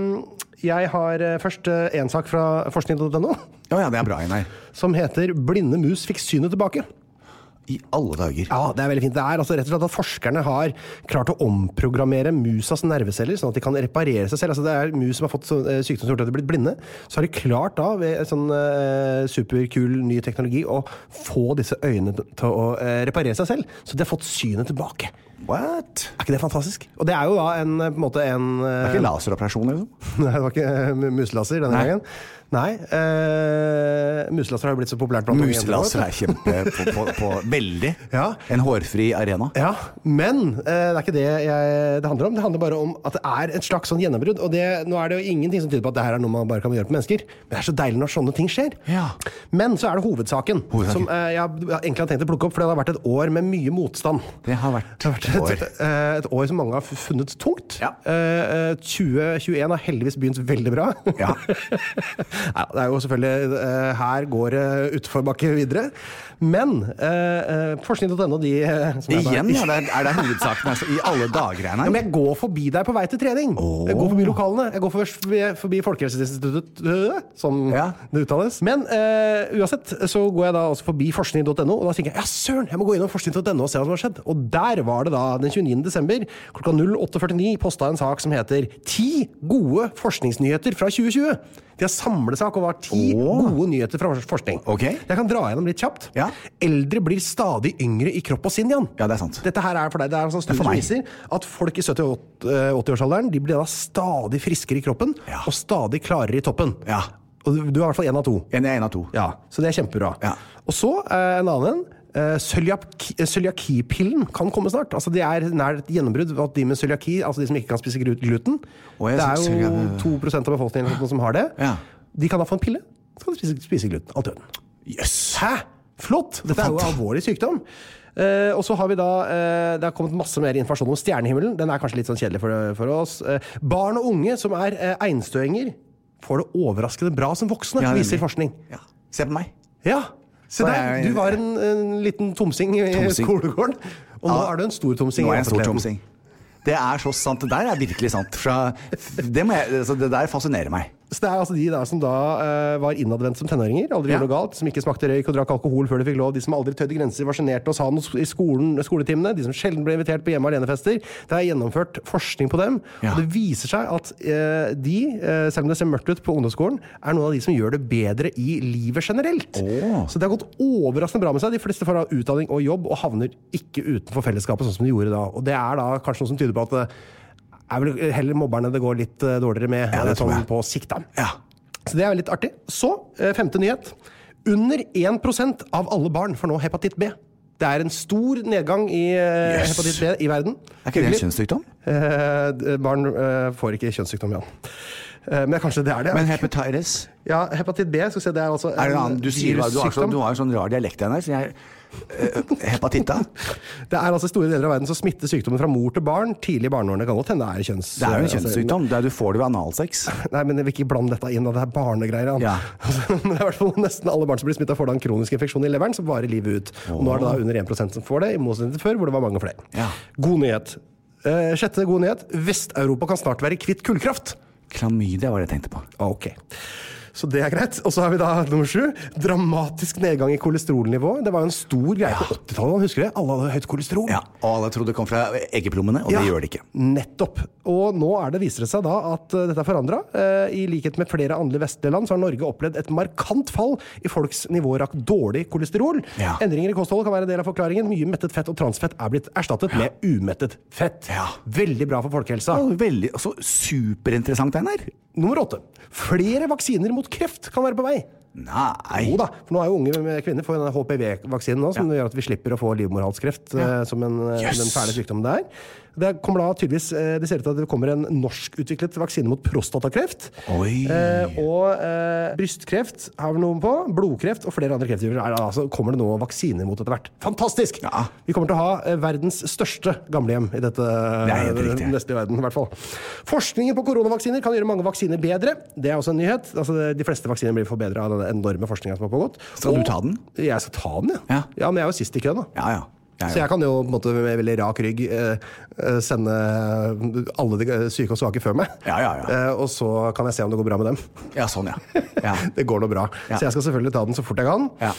jeg har eh, først én sak fra forskning.no Å ja, det er bra, Einar. som heter 'Blinde mus fikk synet tilbake'. I alle dager. Ja, Det er veldig fint. Det er altså rett og slett at forskerne har klart å omprogrammere musas nerveceller, sånn at de kan reparere seg selv. Altså Det er mus som har fått sånn, eh, sykdom som har gjort at de er blitt blinde. Så har de klart da, ved sånn eh, superkul ny teknologi, å få disse øynene til å eh, reparere seg selv. Så de har fått synet tilbake. What? Er ikke det fantastisk? Og det er jo da en, eh, på en måte en Det er ikke laseroperasjon, liksom? <laughs> Nei, det var ikke eh, mu- muselaser denne Nei. gangen. Nei. Eh, muselaser har jo blitt så populært blant unge jenter nå, vet du. Muselaser er kjempe på, på, på veldig. <laughs> Ja. En hårfri arena. Ja, men eh, det er ikke det jeg, det handler om. Det handler bare om at det er et slags sånn gjennombrudd. Og det, nå er det jo ingenting som tyder på at det her er noe man bare kan gjøre på mennesker. Men det er så deilig når sånne ting skjer. Ja. Men så er det hovedsaken, som Hovedsaken. eh, jeg, jeg egentlig har tenkt å plukke opp, for det har vært et år med mye motstand. Det har vært Det har vært et, år. eh, et år som mange har funnet tungt. Ja. Eh, eh, 2021 har heldigvis begynt veldig bra. <laughs> Nei, Ja. det er jo selvfølgelig eh, Her går det utforbakke videre. Men eh, eh, forskning.no, de eh, som jeg bare- Igjen, ja. Det er, er det hovedsaken altså, i alle dager, ja, men Einar. jeg går forbi der på vei til trening. Jeg går forbi lokalene. Jeg går forbi, forbi Folkehelseinstituttet, øh, som Ja. det uttales. Men eh, uansett så går jeg da også forbi forskning.no, og da tenker jeg ja, søren, jeg må gå innom forskning.no og se hva som har skjedd. Og der var det da den 29. desember klokka 08.49 posta en sak som heter Ti gode forskningsnyheter fra 2020. De har samlesak over ti Åh. gode nyheter fra forskning. Ok. Jeg kan dra gjennom litt kjapt. Ja. Eldre blir stadig yngre i kropp og sinn, Jan. Ja, det er sant. Dette her er for deg. Det er altså en studie for som meg. viser at folk i 70- og 80-årsalderen de blir da stadig friskere i kroppen Ja. og stadig klarere i toppen. Ja. Og du, du er i hvert fall én av to. En er en av to. Ja, Så det er kjempebra. Ja. Og så eh, en annen en. Eh, cøliaki- eh, Cøliakipillen kan komme snart. Altså Det er nær et gjennombrudd at de med cøliaki, altså de som ikke kan spise gru- gluten Å, jeg Det er synes jo cøliaki- 2 av befolkningen eller noe sånt som har det. Ja. De kan da få en pille, så kan de spise, spise gluten. Alt i orden. Jøss. Hæ? Flott! Dette er jo alvorlig sykdom. Eh, og så har vi da eh, Det har kommet masse mer informasjon om stjernehimmelen. Den er kanskje litt sånn kjedelig for, for oss. Eh, barn og unge som er eh, einstøinger, får det overraskende bra som voksne, Ja, viser nemlig. forskning. Ja. Se på meg. Ja! Se Og der, jeg- du var en, en liten tomsing i Tomsing. skolegården. Og nå Ja. er du en stor tomsing. i Nå er jeg en stor offentligheten. tomsing. Det er så sant. Det der er virkelig sant. Fra, det, må jeg, altså, det der fascinerer meg. Så det er altså de der som da eh, var innadvendt som tenåringer, aldri Ja. gjorde noe galt, som ikke smakte røyk og drakk alkohol før de fikk lov, de som aldri tødde grenser, var sjenerte og sa noe i skolen, skoletimene, de som sjelden ble invitert på hjemme alene-fester. Det er gjennomført forskning på dem, Ja. og det viser seg at eh, de, eh, selv om det ser mørkt ut på ungdomsskolen, er noen av de som gjør det bedre i livet generelt. Åh. Så det har gått overraskende bra med seg. De fleste får da utdanning og jobb, og havner ikke utenfor fellesskapet, sånn som de gjorde da. Og det er da kanskje noe som tyder på at det er vel heller mobberne det går litt eh, dårligere med, Ja, det tror sånn jeg. på sikt. da. Ja. Så det er litt artig. Så, eh, femte nyhet. Under 1 av alle barn får nå hepatitt B. Det er en stor nedgang i eh, Yes. hepatitt B i verden. Er ikke det en Hyggelig. kjønnssykdom? Eh, d- barn eh, får ikke kjønnssykdom, Jan. Eh, men kanskje det er det? Men hepatitis ja, hepatitt B skal vi se, det er altså er det en en annen, Du sier hva- du har sånn, virussykdom. du har sånn rar dialekt igjen her, så jeg eh, <laughs> Hepatitta? Det er altså i store deler av verden som smitter sykdommen fra mor til barn tidlig i barneårene. Det Kan godt hende det er kjønns... Det er jo en altså, kjønnssykdom. Det er, du får det ved <laughs> analsex. Nei, men jeg vil ikke blande dette inn, da. Det er barnegreier. han. <laughs> Ja. Men det er i hvert fall nesten alle barn som blir smitta, får da en kronisk infeksjon i leveren som varer livet ut. Og nå er det da under 1 som får det, i motsetning til før, hvor det var mange flere. Ja. God nyhet. Eh, sjette god nyhet. Vest-Europa kan snart være kvitt kullkraft. Ah, Klamydia var det jeg tenkte på. Ok. Så det er greit. Og så har vi da nummer sju. Dramatisk nedgang i kolesterolnivå. Det var jo en stor greie på 80-tallet. man Husker det? Alle hadde høyt kolesterol. Ja, og alle trodde det kom fra eggeplommene, og det gjør det ikke. Nettopp. Og nå er det, viser det seg da at eh, dette er forandra. Eh, I likhet med flere andre vestlige land så har Norge opplevd et markant fall i folks nivåer av dårlig kolesterol. Ja. Endringer i kostholdet kan være en del av forklaringen. Mye mettet fett og transfett er blitt erstattet med umettet fett. Ja. Veldig bra for folkehelsa. Ja, Veldig, altså, superinteressant, Einar. Nummer åtte. Flere vaksiner mot kreft kan være på vei. Nei Jo da, for nå er jo unge med- kvinner får jo den HPV-vaksinen nå, som gjør at vi slipper å få livmorhalskreft eh, som en, eh, Yes! den fæle sykdommen det er. Det, kommer da tydeligvis, eh, det ser ut til at det kommer en norskutviklet vaksine mot prostatakreft. Oi. Eh, og eh, brystkreft har vi noe på. Blodkreft og flere andre krefttyper. er det Altså, kommer det nå vaksiner mot etter hvert? Fantastisk! Ja. Vi kommer til å ha eh, verdens største gamlehjem i dette Det er helt eh, riktig. vestlige verden. I hvert fall. Forskningen på koronavaksiner kan gjøre mange vaksiner bedre. Det er også en nyhet. Altså, det- de fleste vaksiner blir forbedra av den enorme forskninga som har pågått. Skal du Og- ta den? Jeg skal ta den, ja. Ja. men jeg er jo sist i køen, da. Ja, ja. Ja, Så ja. jeg kan jo på en måte med veldig rak rygg eh, eh, sende alle de eh, syke og svake før meg. Ja, ja, ja. Eh, og så kan jeg se om det går bra med dem. ja sånn, ja. <laughs> ja. Det går nå bra. Ja. Så jeg skal selvfølgelig ta den så fort jeg kan. ja.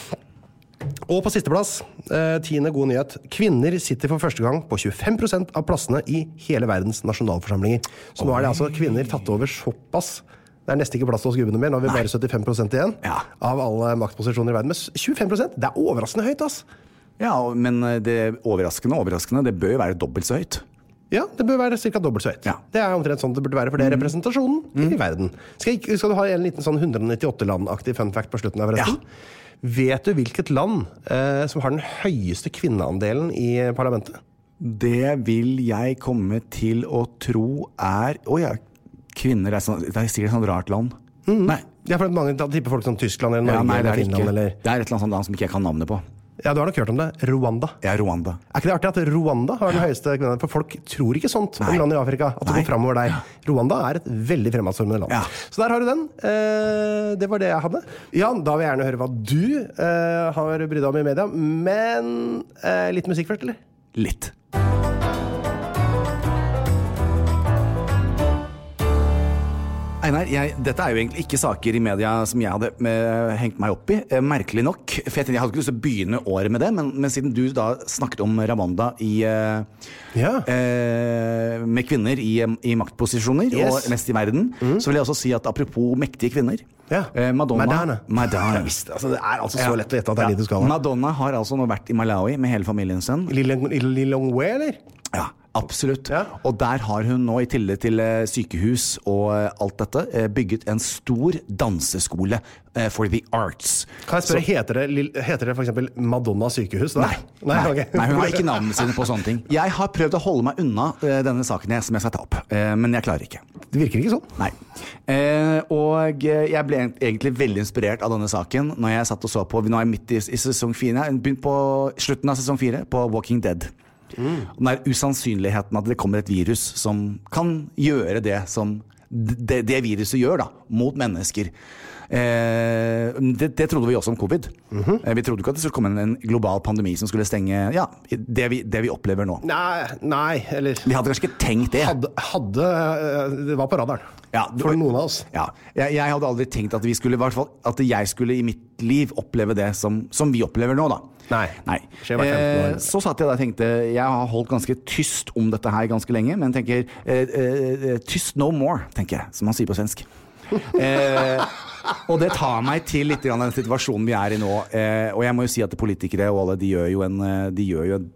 Og på sisteplass, eh, tiende god nyhet, kvinner sitter for første gang på 25 av plassene i hele verdens nasjonalforsamlinger. Så nå er det altså kvinner tatt over såpass. Det er nesten ikke plass til oss gubbene mer. Nå har vi bare 75 igjen Ja. av alle maktposisjoner i verden. Men s- 25 det er overraskende høyt, ass! ja og- men eh, det overraskende, overraskende, det bør jo være dobbelt så høyt. Ja, det bør være ca. dobbelt så høyt. Ja. Det er omtrent sånn det burde være, for det er representasjonen i verden. Skal, jeg, skal du ha en liten sånn 198-land-aktig fun fact på slutten der, forresten? Vet du hvilket land eh, som har den høyeste kvinneandelen i parlamentet? Det vil jeg komme til å tro er Å ja, kvinner er, sånn, det er sikkert et sånt rart land. Nei. Ja, for mange da tipper folk som Tyskland eller Mm. Norge Ja, nei, det eller er det Finland ikke. eller Det er et eller annet sånt land som ikke jeg kan navnet på. Ja, du har nok hørt om det. Rwanda. Det er Rwanda. Er ikke det artig at Rwanda har den høyeste kvinneandelen? For folk tror ikke sånt om Nei. land i Afrika. At det Nei. går fremover der. Rwanda er et veldig fremadstormende land. Ja. Så der har du den. Eh, det var det jeg hadde. Jan, da vil jeg gjerne høre hva du eh, har brydd deg om i media. Men eh, litt musikk først, eller? Litt. Einar, jeg, dette er jo egentlig ikke saker i media som jeg hadde eh, hengt meg opp i, eh, merkelig nok. For jeg, tenkte, jeg hadde ikke lyst til å begynne året med det, men, men siden du da snakket om Ramanda i, eh, Ja. eh, med kvinner i, eh, i maktposisjoner, Yes. Mm. og mest i verden, så vil jeg også si at apropos mektige kvinner Ja. eh, Madonna Madonna. Madonna. Jeg visste, altså, det er altså så lett å gjette at det er dit du skal. Madonna har altså nå vært i Malawi med hele familien sin. Lilongwe, eller? Ja, absolutt. Ja. Og der har hun nå, i tillegg til eh, sykehus og eh, alt dette, eh, bygget en stor danseskole eh, for the arts. Kan jeg spørre, heter det, lil- heter det for eksempel Madonna sykehus? Da? Nei. Nei, Nei, ok. Nei, hun har ikke navnene sine <laughs> på sånne ting. Jeg har prøvd å holde meg unna eh, denne saken jeg, som jeg skal ta opp, eh, men jeg klarer ikke. Det virker ikke sånn. Nei. Eh, og eh, jeg ble ent- egentlig veldig inspirert av denne saken når jeg satt og så på Nå er jeg midt i, i sesong fire. Jeg begynte på slutten av sesong fire på Walking Dead. Mm. Og Den der usannsynligheten at det kommer et virus som kan gjøre det som d- det, det viruset gjør, da, mot mennesker. Eh, Eh, det, det trodde vi også om covid. Mhm. eh, vi trodde ikke at det skulle komme en, en global pandemi som skulle stenge ja, det, vi, det vi opplever nå. Nei, nei, eller Vi hadde kanskje ikke tenkt det. hadde, hadde eh, Det var på radaren. Ja, du- For noen av oss. Ja. Jeg, jeg hadde aldri tenkt at, vi skulle, i hvert fall, at jeg skulle i mitt liv oppleve det som, som vi opplever nå, da. Nei. Skjer hvert femtende år. Eh, så satt jeg der og tenkte Jeg har holdt ganske tyst om dette her ganske lenge, men tenker eh, eh, Tyst no more, tenker jeg, som man sier på <laughs> svensk. eh, og det tar meg til litt grann den situasjonen vi er i nå. Eh, og jeg må jo si at politikere og alle, de gjør jo en, eh, de gjør jo en,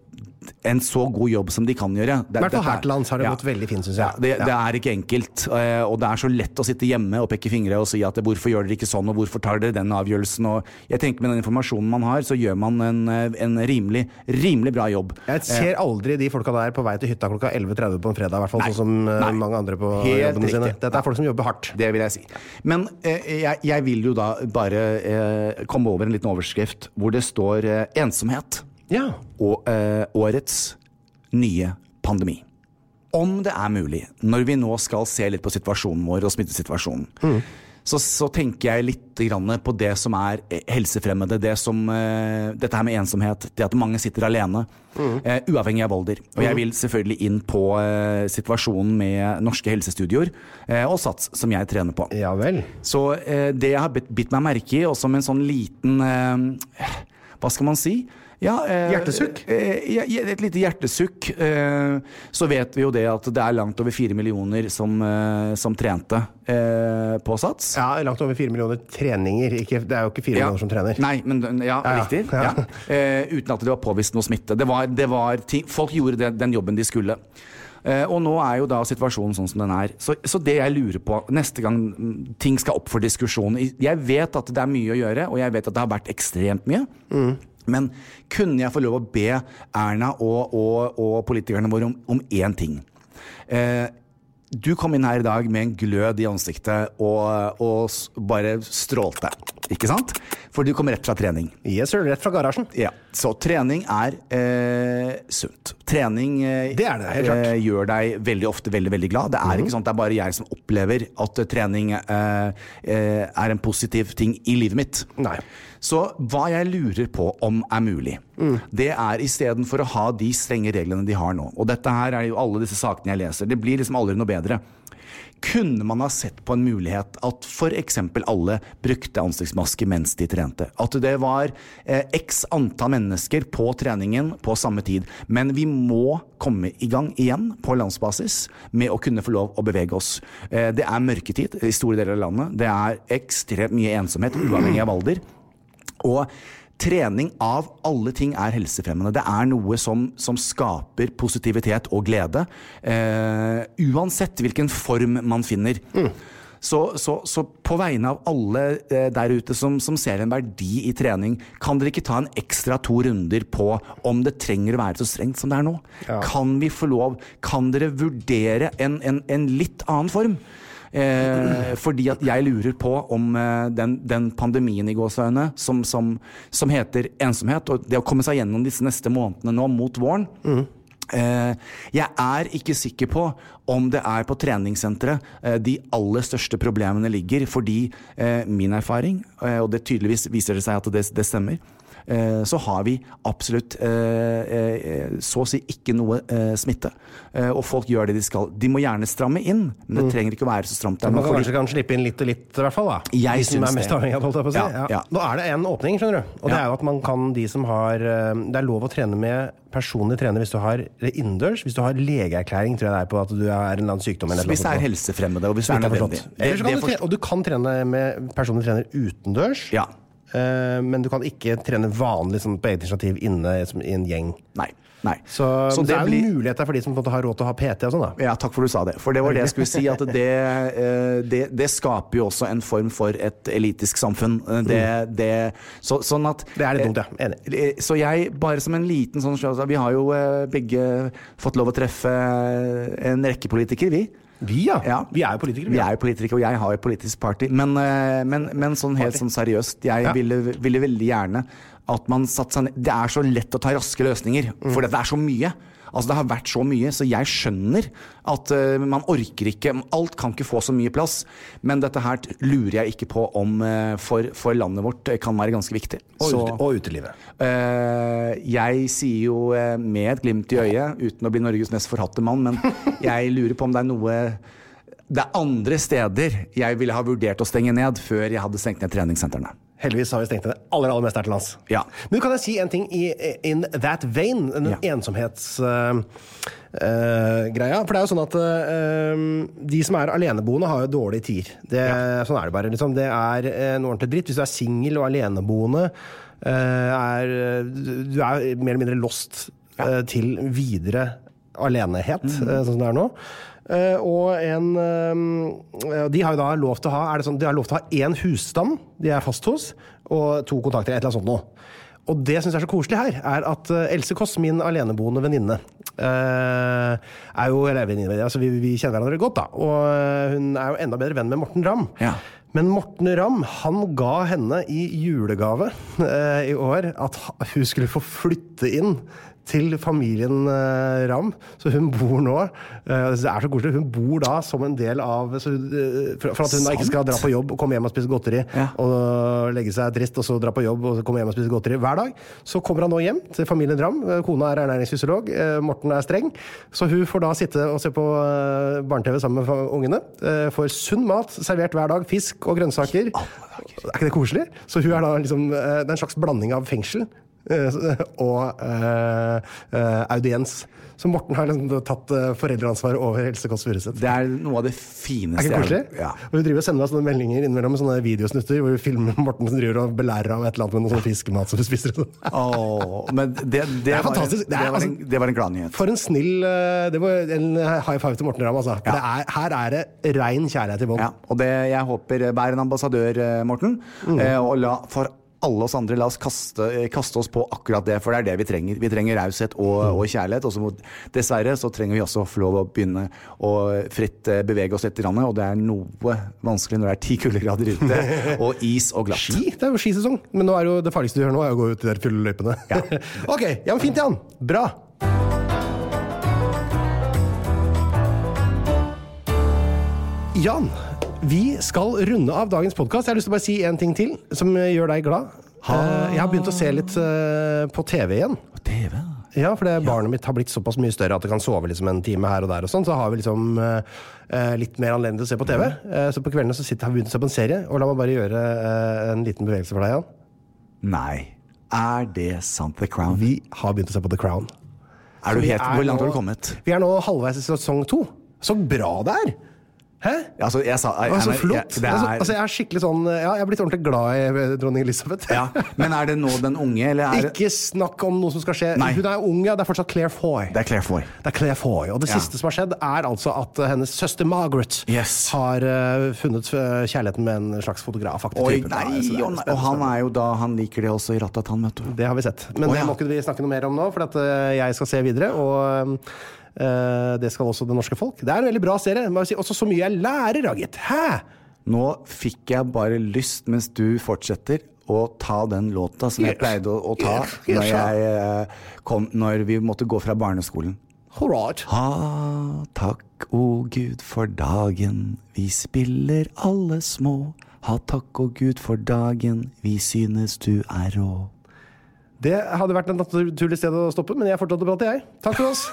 en så god jobb som de kan gjøre. Det- I hvert fall dette her er- til lands har det Ja. gått veldig fint, syns jeg. Ja, det, det er ikke enkelt. eh, Og det er så lett å sitte hjemme og peke fingre og si at hvorfor gjør dere ikke sånn, og hvorfor tar dere den avgjørelsen? Og jeg tenker med den informasjonen man har, så gjør man en, eh, en rimelig, rimelig bra jobb. Jeg ser aldri de folka der på vei til hytta klokka 11.30 på en fredag, i hvert fall Nei. sånn som eh, Nei. mange andre på Helt jobbene sine. riktig. Dette er folk som jobber hardt. Det vil jeg si. Men eh, jeg, jeg vil jo da bare eh, komme over en liten overskrift hvor det står eh, 'ensomhet' Ja. og eh, årets nye pandemi. Om det er mulig, når vi nå skal se litt på situasjonen vår og smittesituasjonen, så, så tenker jeg litt grann på det som er eh, helsefremmende. Det som, eh, dette her med ensomhet, det at mange sitter alene. eh, uavhengig av alder. Og jeg vil selvfølgelig inn på eh, situasjonen med norske helsestudioer eh, og SATS, som jeg trener på. Ja vel. Så eh, det jeg har bitt, bitt meg merke i, og som en sånn liten eh, Hva skal man si? Ja, eh, Hjertesukk? Eh, ja, ja, et lite hjertesukk. Eh, så vet vi jo det at det er langt over fire millioner som, eh, som trente eh, på Sats. Ja, langt over fire millioner treninger. Ikke, det er jo ikke fire millioner som trener. Nei, men den- ja, Ja, ja. riktig. Ja. Ja. Eh, uten at det var påvist noe smitte. Det var, det var ting, folk gjorde det, den jobben de skulle. Eh, og nå er jo da situasjonen sånn som den er. Så, så det jeg lurer på neste gang mm, ting skal opp for diskusjon i- Jeg vet at det er mye å gjøre, og jeg vet at det har vært ekstremt mye. Mm. Men kunne jeg få lov å be Erna og, og, og politikerne våre om, om én ting? Eh, du kom inn her i dag med en glød i ansiktet og, og s- bare strålte. Ikke sant? For du kom rett fra trening. Yes, sir. Rett fra garasjen. Ja, Så trening er eh, sunt. Trening eh, Det er det, helt klart. Mhm. eh, gjør deg veldig ofte veldig veldig glad. Det er ikke sånn at det er bare jeg som opplever at eh, trening eh, eh, er en positiv ting i livet mitt. Nei. Så hva jeg lurer på om er mulig, det er istedenfor å ha de strenge reglene de har nå, og dette her er jo alle disse sakene jeg leser, det blir liksom aldri noe bedre. Kunne man ha sett på en mulighet at f.eks. alle brukte ansiktsmaske mens de trente? At det var eh, x antall mennesker på treningen på samme tid. Men vi må komme i gang igjen på landsbasis med å kunne få lov å bevege oss. Eh, det er mørketid i store deler av landet. Det er ekstremt mye ensomhet, uavhengig av alder. Og trening av alle ting er helsefremmende. Det er noe som, som skaper positivitet og glede. Eh, uansett hvilken form man finner. Så, så, så på vegne av alle eh, der ute som, som ser en verdi i trening, kan dere ikke ta en ekstra to runder på om det trenger å være så strengt som det er nå? Kan vi få lov? Kan dere vurdere en, en, en litt annen form? Eh, fordi at jeg lurer på om eh, den, den pandemien i gåseøyne som, som, som heter ensomhet, og det å komme seg gjennom disse neste månedene nå mot våren eh, Jeg er ikke sikker på om det er på treningssenteret eh, de aller største problemene ligger, fordi eh, min erfaring, eh, og det tydeligvis viser det seg at det, det stemmer, eh, så har vi absolutt eh, eh, så å si ikke noe eh, smitte. Eh, og folk gjør det de skal. De må gjerne stramme inn, men det trenger ikke å være så stramt. der Man nå, kan fordi- Mm. kanskje kan slippe inn litt og litt, i hvert fall. da. Jeg de som syns er mest det. avhengig av det, holdt jeg på å si. Ja, ja. Nå er det en åpning, skjønner du. Og det Ja. er jo at man kan de som har eh, Det er lov å trene med personlig trener hvis du har det innendørs. Hvis du har legeerklæring, tror jeg det er på at du er en eller annen sykdom. Eller et Hvis eller det er annet sånt. helsefremmende, og hvis det er Smitte er nødvendig. forstått. Eller så Det- kan det du forstår- trene, og du kan trene med personlig trener utendørs. Ja. Eh, men du kan ikke trene vanlig sånn, på eget initiativ inne som, i en gjeng. Nei. nei. Så, men det, er jo blir- muligheter for de som på en måte har råd til å ha PT og sånn, da. Ja, takk for du sa det. For det var det jeg skulle si, at det, eh, det, det skaper jo også en form for et elitisk samfunn. Eh, Det, det, så, sånn at Det er litt dumt, ja. Enig. Eh, Så jeg, bare som en liten sånn slags Vi har jo eh, begge fått lov å treffe eh, en rekke politikere, vi. Vi, ja. Ja. Vi er jo politikere. Vi er jo politikere, og jeg har jo politisk party. Men, eh, men, men sånn helt sånn seriøst, jeg ville, ville veldig gjerne at man satt seg ned Det er så lett å ta raske løsninger, Mm. for det er så mye. Altså Det har vært så mye, så jeg skjønner at eh, man orker ikke Alt kan ikke få så mye plass. Men dette her t- lurer jeg ikke på om eh, for, for landet vårt eh, kan være ganske viktig. Og, Så- ute, og utelivet. Eh, jeg sier jo eh, med et glimt i øyet, uten å bli Norges mest forhatte mann, men jeg lurer på om det er noe Det er andre steder jeg ville ha vurdert å stenge ned før jeg hadde stengt ned treningssentrene. Heldigvis har vi stengt ned det aller aller meste her til lands. Ja. Men kan jeg si en ting i, in that vein? Den Ja. ensomhetsgreia. for det er jo sånn at eh, de som er aleneboende, har jo dårlige tider. Det, Sånn er det bare. Liksom. Det er eh, en ordentlig dritt. Hvis du er singel og aleneboende, eh, er, du er mer eller mindre lost eh, til videre alenehet, eh, sånn som det er nå. Eh, og en eh, De har jo da lov til å ha er det sånn, de har lov til å ha én husstand de er fast hos, og to kontakter, et eller annet sånt noe. Og det syns jeg er så koselig her, er at eh, Else Kåss, min aleneboende venninne eh, er jo, eller venninne, altså vi, vi kjenner hverandre godt, da. Og eh, hun er jo enda bedre venn med Morten Ramm. Ja. Men Morten Ramm han ga henne i julegave eh, i år at ha- hun skulle få flytte inn til familien eh, Ramm. Så hun bor nå eh, Det er så koselig. Hun bor da som en del av så, hun, eh, For for at hun da ikke skal Sant. dra på jobb og komme hjem og spise godteri Ja. og legge seg trist, og så dra på jobb og så komme hjem og spise godteri hver dag. Så kommer han nå hjem til familien Dram. Kona er ernæringsfysiolog, eh, Morten er streng. Så hun får da sitte og se på eh, barne-TV sammen med fa- ungene. Eh, Får sunn mat servert hver dag. Fisk og grønnsaker. Er ikke det koselig? Så hun er da liksom eh, Det er en slags blanding av fengsel eh, og eh, eh, audiens. Så Morten har liksom tatt eh, foreldreansvaret over Helse Kåss Furuseth. Det er noe av det Er fineste ikke det koselig? jeg- Ja. Og Hun driver og sender meg sånne meldinger innimellom med sånne videosnutter hvor hun filmer Morten som driver og belærer av et eller annet med noe sånn fiskemat som hun spiser. og sånn. Åh, men det, det, er var, en- fantastisk. Det er det, var en, altså- det var en gladnyhet. For en snill eh, Det var en high five til Morten Ramm, altså. For Ja. det er, her er det rein kjærlighet i bånn. Ja, og det jeg håper eh, Vær en ambassadør, eh, Morten. Mm. Eh, og la, for alle oss andre, la oss kaste, eh, kaste oss på akkurat det, for det er det vi trenger. Vi trenger raushet og, Mm. og kjærlighet. Og så må, dessverre så trenger vi også å få lov å begynne å fritt eh, bevege oss litt, i landet, og det er noe vanskelig når det er ti kuldegrader ute <laughs> og is og glatt. Ski? Det er jo skisesong. Men nå er jo det farligste du gjør nå, er å gå ut i de der fylleløypene. Ja. <laughs> ok, ja, men fint, Jan. Bra. Jan, vi skal runde av dagens podkast. Jeg har lyst til å bare si en ting til som eh, gjør deg glad. Eh, Jeg har begynt å se litt eh, på TV igjen. TV? Ja, for det barnet mitt har blitt såpass mye større at det kan sove liksom en time her og der. og sånn, Så har vi liksom eh, eh, litt mer anledning til å se på TV. Eh, så på kveldene så sitter, har vi begynt å se på en serie. Og la meg bare gjøre eh, en liten bevegelse for deg, Jan. Nei. Er det sant, The Crown? Vi har begynt å se på The Crown. Er du Vi helt, er hvor langt har nå- du kommet? Vi er nå halvveis i sesong to. Så bra det er! Hæ? Altså, jeg sa Det jeg- var så jeg- flott! jeg- det altså, er- altså, jeg er skikkelig sånn Ja, jeg er blitt ordentlig glad i eh, dronning Elisabeth. ja. Men er det nå den unge, eller er det <laughs> Ikke snakk om noe som skal skje. Nei. Hun er ung, ja. Det er fortsatt Claire Foy. Det er Claire Foy. Det er Claire Foy. Og det Ja. siste som har skjedd, er altså at eh, hennes søster Margaret Yes. har eh, funnet eh, kjærligheten med en slags fotograf. Oi, nei, og, nei, og han er jo da Han liker det også i rattet, han, vet du. Det har vi sett. Men Å, det ja. må ikke vi snakke noe mer om nå, for at eh, jeg skal se videre. Og eh, det skal også det norske folk. Det er en veldig bra serie. må jeg Si. Også så mye jeg lærer, da, gitt. Hæ? Nå fikk jeg bare lyst, mens du fortsetter, å ta den låta som jeg pleide å, å ta Yes, ja. når, jeg, eh, kom, når vi måtte gå fra barneskolen. All right. Ha, takk, o Gud, for dagen, vi spiller alle små. Ha takk, o Gud, for dagen, vi synes du er rå. Det hadde vært et naturlig sted å stoppe, men jeg fortsatte å prate, jeg. Takk for oss.